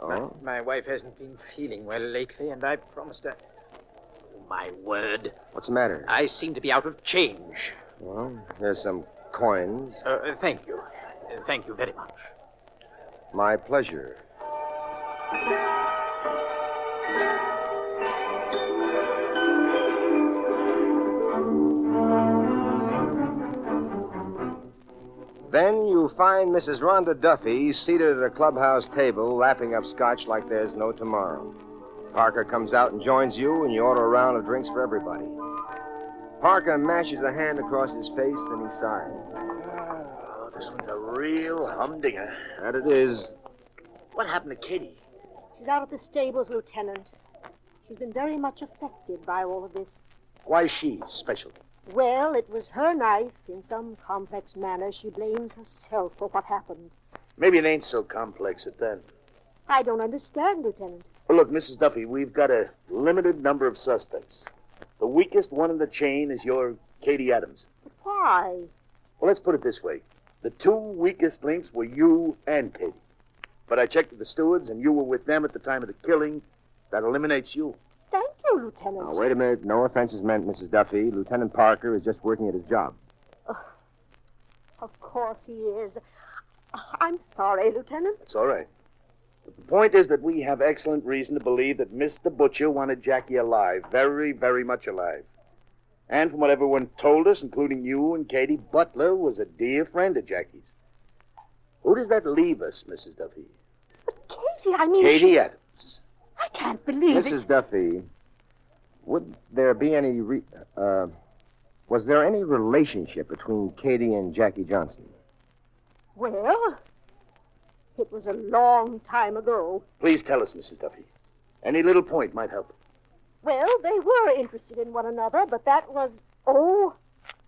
[SPEAKER 3] Oh?
[SPEAKER 25] My wife hasn't been feeling well lately, and I promised her. Oh, my word.
[SPEAKER 3] What's the matter?
[SPEAKER 25] I seem to be out of change.
[SPEAKER 3] Well, here's some coins.
[SPEAKER 25] Uh, uh, thank you. Uh, thank you very much.
[SPEAKER 3] My pleasure. Then you find Mrs. Rhonda Duffy seated at a clubhouse table, lapping up scotch like there's no tomorrow. Parker comes out and joins you, and you order a round of drinks for everybody. Parker matches a hand across his face, and he sighs.
[SPEAKER 6] Oh, this one's a real humdinger.
[SPEAKER 3] That it is.
[SPEAKER 6] What happened to Kitty?
[SPEAKER 24] She's out at the stables, Lieutenant. She's been very much affected by all of this.
[SPEAKER 6] Why she special?
[SPEAKER 24] Well, it was her knife. In some complex manner, she blames herself for what happened.
[SPEAKER 6] Maybe it ain't so complex at that.
[SPEAKER 24] I don't understand, Lieutenant.
[SPEAKER 6] Well, look, Mrs. Duffy, we've got a limited number of suspects. The weakest one in the chain is your Katie Adams.
[SPEAKER 24] Why?
[SPEAKER 6] Well, let's put it this way. The two weakest links were you and Katie. But I checked with the stewards, and you were with them at the time of the killing. That eliminates you.
[SPEAKER 24] Thank you, Lieutenant.
[SPEAKER 3] Now, wait a minute. No offense is meant, Mrs. Duffy. Lieutenant Parker is just working at his job.
[SPEAKER 24] Of course he is. I'm sorry, Lieutenant.
[SPEAKER 6] It's all right. But the point is that we have excellent reason to believe that Mr. Butcher wanted Jackie alive, very, very much alive. And from what everyone told us, including you and Katie, Butler was a dear friend of Jackie's. Who does that leave us, Mrs. Duffy?
[SPEAKER 24] Katie, I mean.
[SPEAKER 6] Katie
[SPEAKER 24] she-
[SPEAKER 6] Adams.
[SPEAKER 24] I can't believe it.
[SPEAKER 3] Mrs. Duffy, would there be any re- uh, was there any relationship between Katie and Jackie Johnson?
[SPEAKER 24] Well, it was a long time ago.
[SPEAKER 6] Please tell us, Mrs. Duffy. Any little point might help.
[SPEAKER 24] Well, they were interested in one another, but that was, oh,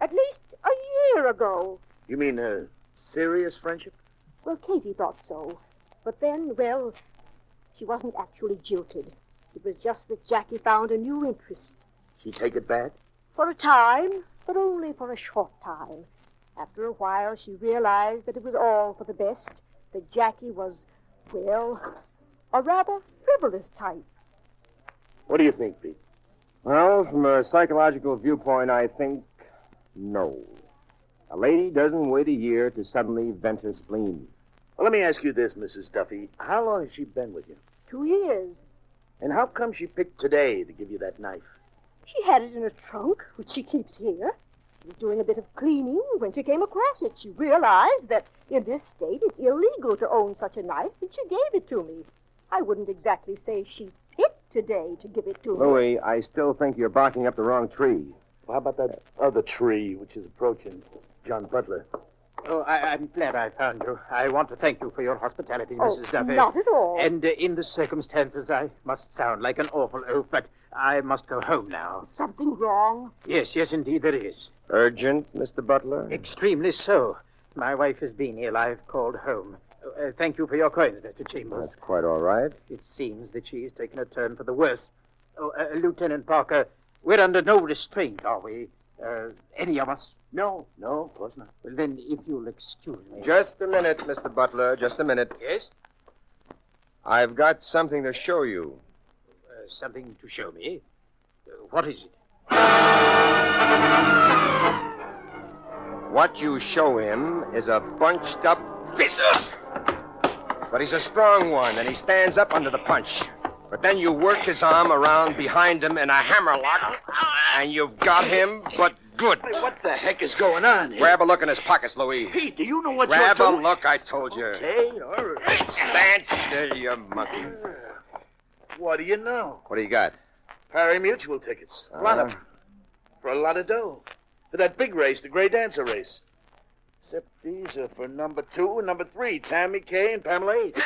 [SPEAKER 24] at least a year ago.
[SPEAKER 6] You mean a serious friendship?
[SPEAKER 24] Well, Katie thought so. But then, well, she wasn't actually jilted. It was just that Jackie found a new interest.
[SPEAKER 6] She take it back?
[SPEAKER 24] For a time, but only for a short time. After a while, she realized that it was all for the best, that Jackie was, well, a rather frivolous type.
[SPEAKER 6] What do you think, Pete?
[SPEAKER 3] Well, from a psychological viewpoint, I think no. A lady doesn't wait a year to suddenly vent her spleen.
[SPEAKER 6] Well, let me ask you this, Mrs. Duffy. How long has she been with you?
[SPEAKER 24] Two years.
[SPEAKER 6] And how come she picked today to give you that knife?
[SPEAKER 24] She had it in a trunk, which she keeps here. She was doing a bit of cleaning when she came across it. She realized that in this state it's illegal to own such a knife, and she gave it to me. I wouldn't exactly say she picked today to give it to me.
[SPEAKER 3] Louis, I still think you're barking up the wrong tree.
[SPEAKER 6] Well, how about that other tree which is approaching? John Butler.
[SPEAKER 25] Oh, I, I'm glad I found you. I want to thank you for your hospitality,
[SPEAKER 24] Oh,
[SPEAKER 25] Mrs. Duffy.
[SPEAKER 24] not at all.
[SPEAKER 25] And uh, in the circumstances, I must sound like an awful oaf, but I must go home now.
[SPEAKER 24] Something wrong?
[SPEAKER 25] Yes, yes, indeed, there is.
[SPEAKER 3] Urgent, Mr. Butler?
[SPEAKER 25] Extremely so. My wife has been ill. I've called home. Uh, thank you for your coins, Mr. Chambers.
[SPEAKER 3] That's quite all right.
[SPEAKER 25] It seems that she has taken a turn for the worse. Oh, uh, Lieutenant Parker, we're under no restraint, are we? Uh, any of us? No, no, of course not. Well, then, if you'll excuse me.
[SPEAKER 3] Just a minute, Mr. Butler. Just a minute.
[SPEAKER 25] Yes?
[SPEAKER 3] I've got something to show you.
[SPEAKER 25] Uh, something to show me. Uh, what is it?
[SPEAKER 3] What you show him is a bunched up fist. But he's a strong one, and he stands up under the punch. But then you work his arm around behind him in a hammer lock, and you've got him, but good.
[SPEAKER 6] What the heck is going on here?
[SPEAKER 3] Grab a look in his pockets, Louis.
[SPEAKER 6] Pete, do you know what
[SPEAKER 3] Grab
[SPEAKER 6] you're
[SPEAKER 3] a
[SPEAKER 6] doing?
[SPEAKER 3] look, I told you.
[SPEAKER 6] Okay, all right.
[SPEAKER 3] Stand still, you monkey.
[SPEAKER 6] What do you know?
[SPEAKER 3] What do you got?
[SPEAKER 6] Parry Mutual tickets. A
[SPEAKER 3] Uh-huh.
[SPEAKER 6] lot of them. For a lot of dough. For that big race, the Grey Dancer race. Except these are for number two and number three, Tammy Kay and Pamela H.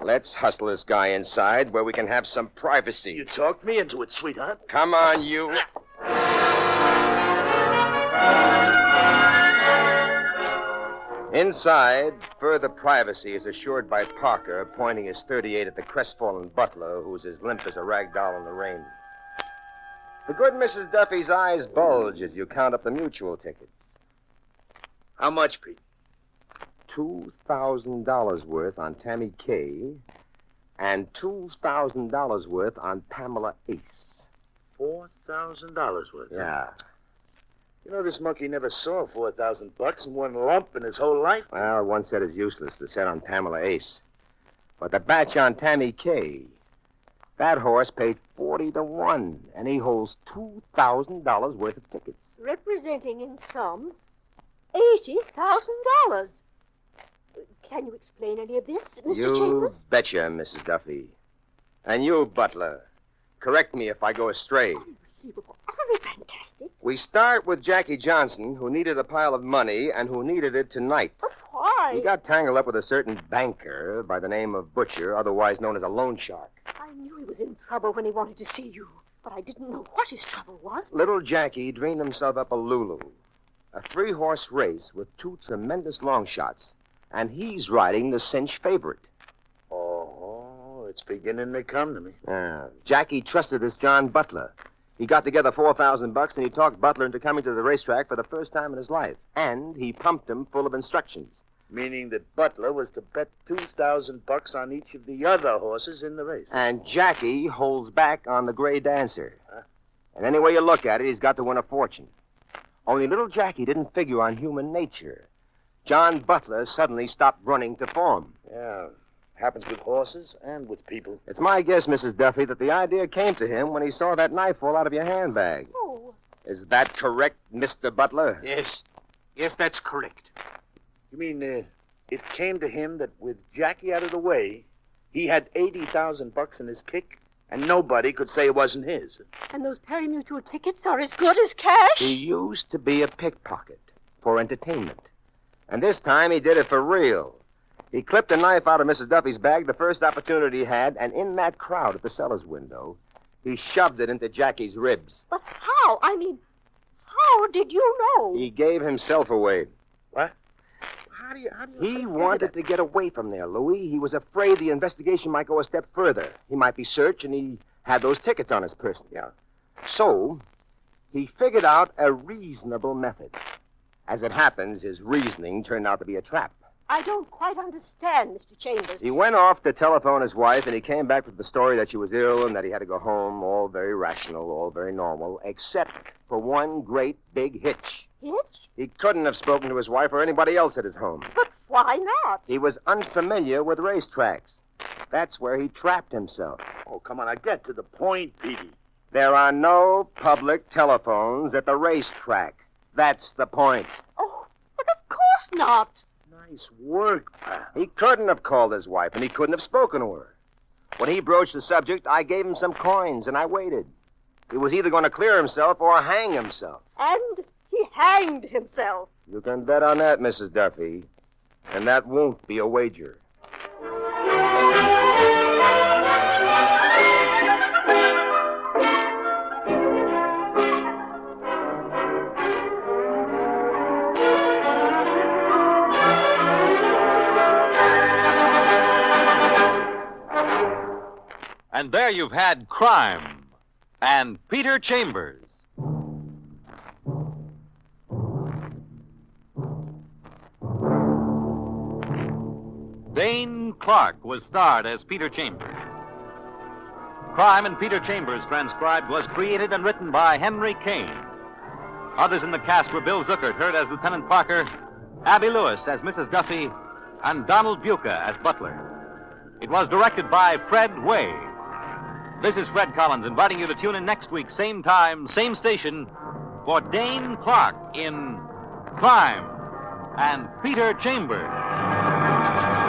[SPEAKER 3] Let's hustle this guy inside where we can have some privacy. You
[SPEAKER 6] talked me into it, sweetheart.
[SPEAKER 3] Come on, you. Inside, further privacy is assured by Parker, pointing his 38 at the crestfallen butler, who's as limp as a rag doll in the rain. The good Mrs. Duffy's eyes bulge as you count up the mutual tickets.
[SPEAKER 6] How much, Pete?
[SPEAKER 3] $2,000 worth on Tammy Kay and $2,000 worth on Pamela Ace.
[SPEAKER 6] $4,000 worth.
[SPEAKER 3] Yeah.
[SPEAKER 6] You know, this monkey never saw 4000 bucks in one lump in his whole life.
[SPEAKER 3] Well, one set is useless, the set on Pamela Ace. But the batch on Tammy Kay, that horse paid 40 to 1, and he holds $2,000 worth of tickets.
[SPEAKER 24] representing in sum $80,000. Can you explain any of this, Mr.
[SPEAKER 3] you
[SPEAKER 24] Chambers?
[SPEAKER 3] betcha, Mrs. Duffy. And you, Butler. Correct me if I go astray.
[SPEAKER 24] Unbelievable. Utterly fantastic.
[SPEAKER 3] We start with Jackie Johnson, who needed a pile of money and who needed it tonight.
[SPEAKER 24] Why?
[SPEAKER 3] He got tangled up with a certain banker by the name of Butcher, otherwise known as a loan shark.
[SPEAKER 24] I knew he was in trouble when he wanted to see you, but I didn't know what his trouble was.
[SPEAKER 3] Little Jackie dreamed himself up a Lulu, a three horse race with two tremendous long shots, and he's riding the cinch favorite.
[SPEAKER 6] Oh, it's beginning to come to me.
[SPEAKER 3] Yeah. Uh, Jackie trusted this John Butler. He got together 4,000 bucks and he talked Butler into coming to the racetrack for the first time in his life. And he pumped him full of instructions.
[SPEAKER 6] Meaning that Butler was to bet 2000 bucks on each of the other horses in the race.
[SPEAKER 3] And Jackie holds back on the Gray Dancer. And any way you look at it, he's got to win a fortune. Only little Jackie didn't figure on human nature. John Butler suddenly stopped running to form.
[SPEAKER 6] Yeah. Happens with horses and with people.
[SPEAKER 3] It's my guess, Mrs. Duffy, that the idea came to him when he saw that knife fall out of your handbag.
[SPEAKER 24] Oh.
[SPEAKER 3] Is that correct, Mr. Butler?
[SPEAKER 6] Yes. Yes, that's correct. You mean uh, it came to him that with Jackie out of the way, he had 80,000 bucks in his kick, and nobody could say it wasn't his.
[SPEAKER 24] And those parimutuel tickets are as good as cash?
[SPEAKER 3] He used to be a pickpocket for entertainment. And this time he did it for real. He clipped a knife out of Mrs. Duffy's bag the first opportunity he had, and in that crowd at the cellar's window, he shoved it into Jackie's ribs.
[SPEAKER 24] But how? I mean, how did you know?
[SPEAKER 3] He gave himself away. What?
[SPEAKER 6] Oh. How do you, how do you...
[SPEAKER 3] He wanted to get away from there, Louis. He was afraid the investigation might go a step further. He might be searched, and he had those tickets on his person. Yeah. So, he figured out a reasonable method. As it happens, his reasoning turned out to be a trap.
[SPEAKER 24] I don't quite understand, Mr. Chambers.
[SPEAKER 3] He went off to telephone his wife, and he came back with the story that she was ill and that he had to go home. All very rational, all very normal, except for one great big hitch.
[SPEAKER 24] Hitch?
[SPEAKER 3] He couldn't have spoken to his wife or anybody else at his home.
[SPEAKER 24] Why not?
[SPEAKER 3] He was unfamiliar with racetracks. That's where he trapped himself.
[SPEAKER 6] Oh, come on, I get to the point, Petey.
[SPEAKER 3] There are no public telephones at the racetrack. That's the point.
[SPEAKER 24] Oh, Of course not.
[SPEAKER 6] Nice work,
[SPEAKER 3] He couldn't have called his wife, and he couldn't have spoken to her. When he broached the subject, I gave him some coins, and I waited. He was either going to clear himself or hang himself.
[SPEAKER 24] And he hanged himself.
[SPEAKER 3] You can bet on that, Mrs. Duffy. And that won't be a wager.
[SPEAKER 2] And there you've had crime and Peter Chambers. Dane Clark was starred as Peter Chambers. Crime and Peter Chambers transcribed was created and written by Henry Kane. Others in the cast were Bill Zuckert, heard as Lieutenant Parker, Abby Lewis as Mrs. Duffy, and Donald Buca as Butler. It was directed by Fred Way. This is Fred Collins inviting you to tune in next week, same time, same station, for Dane Clark in Crime and Peter Chambers.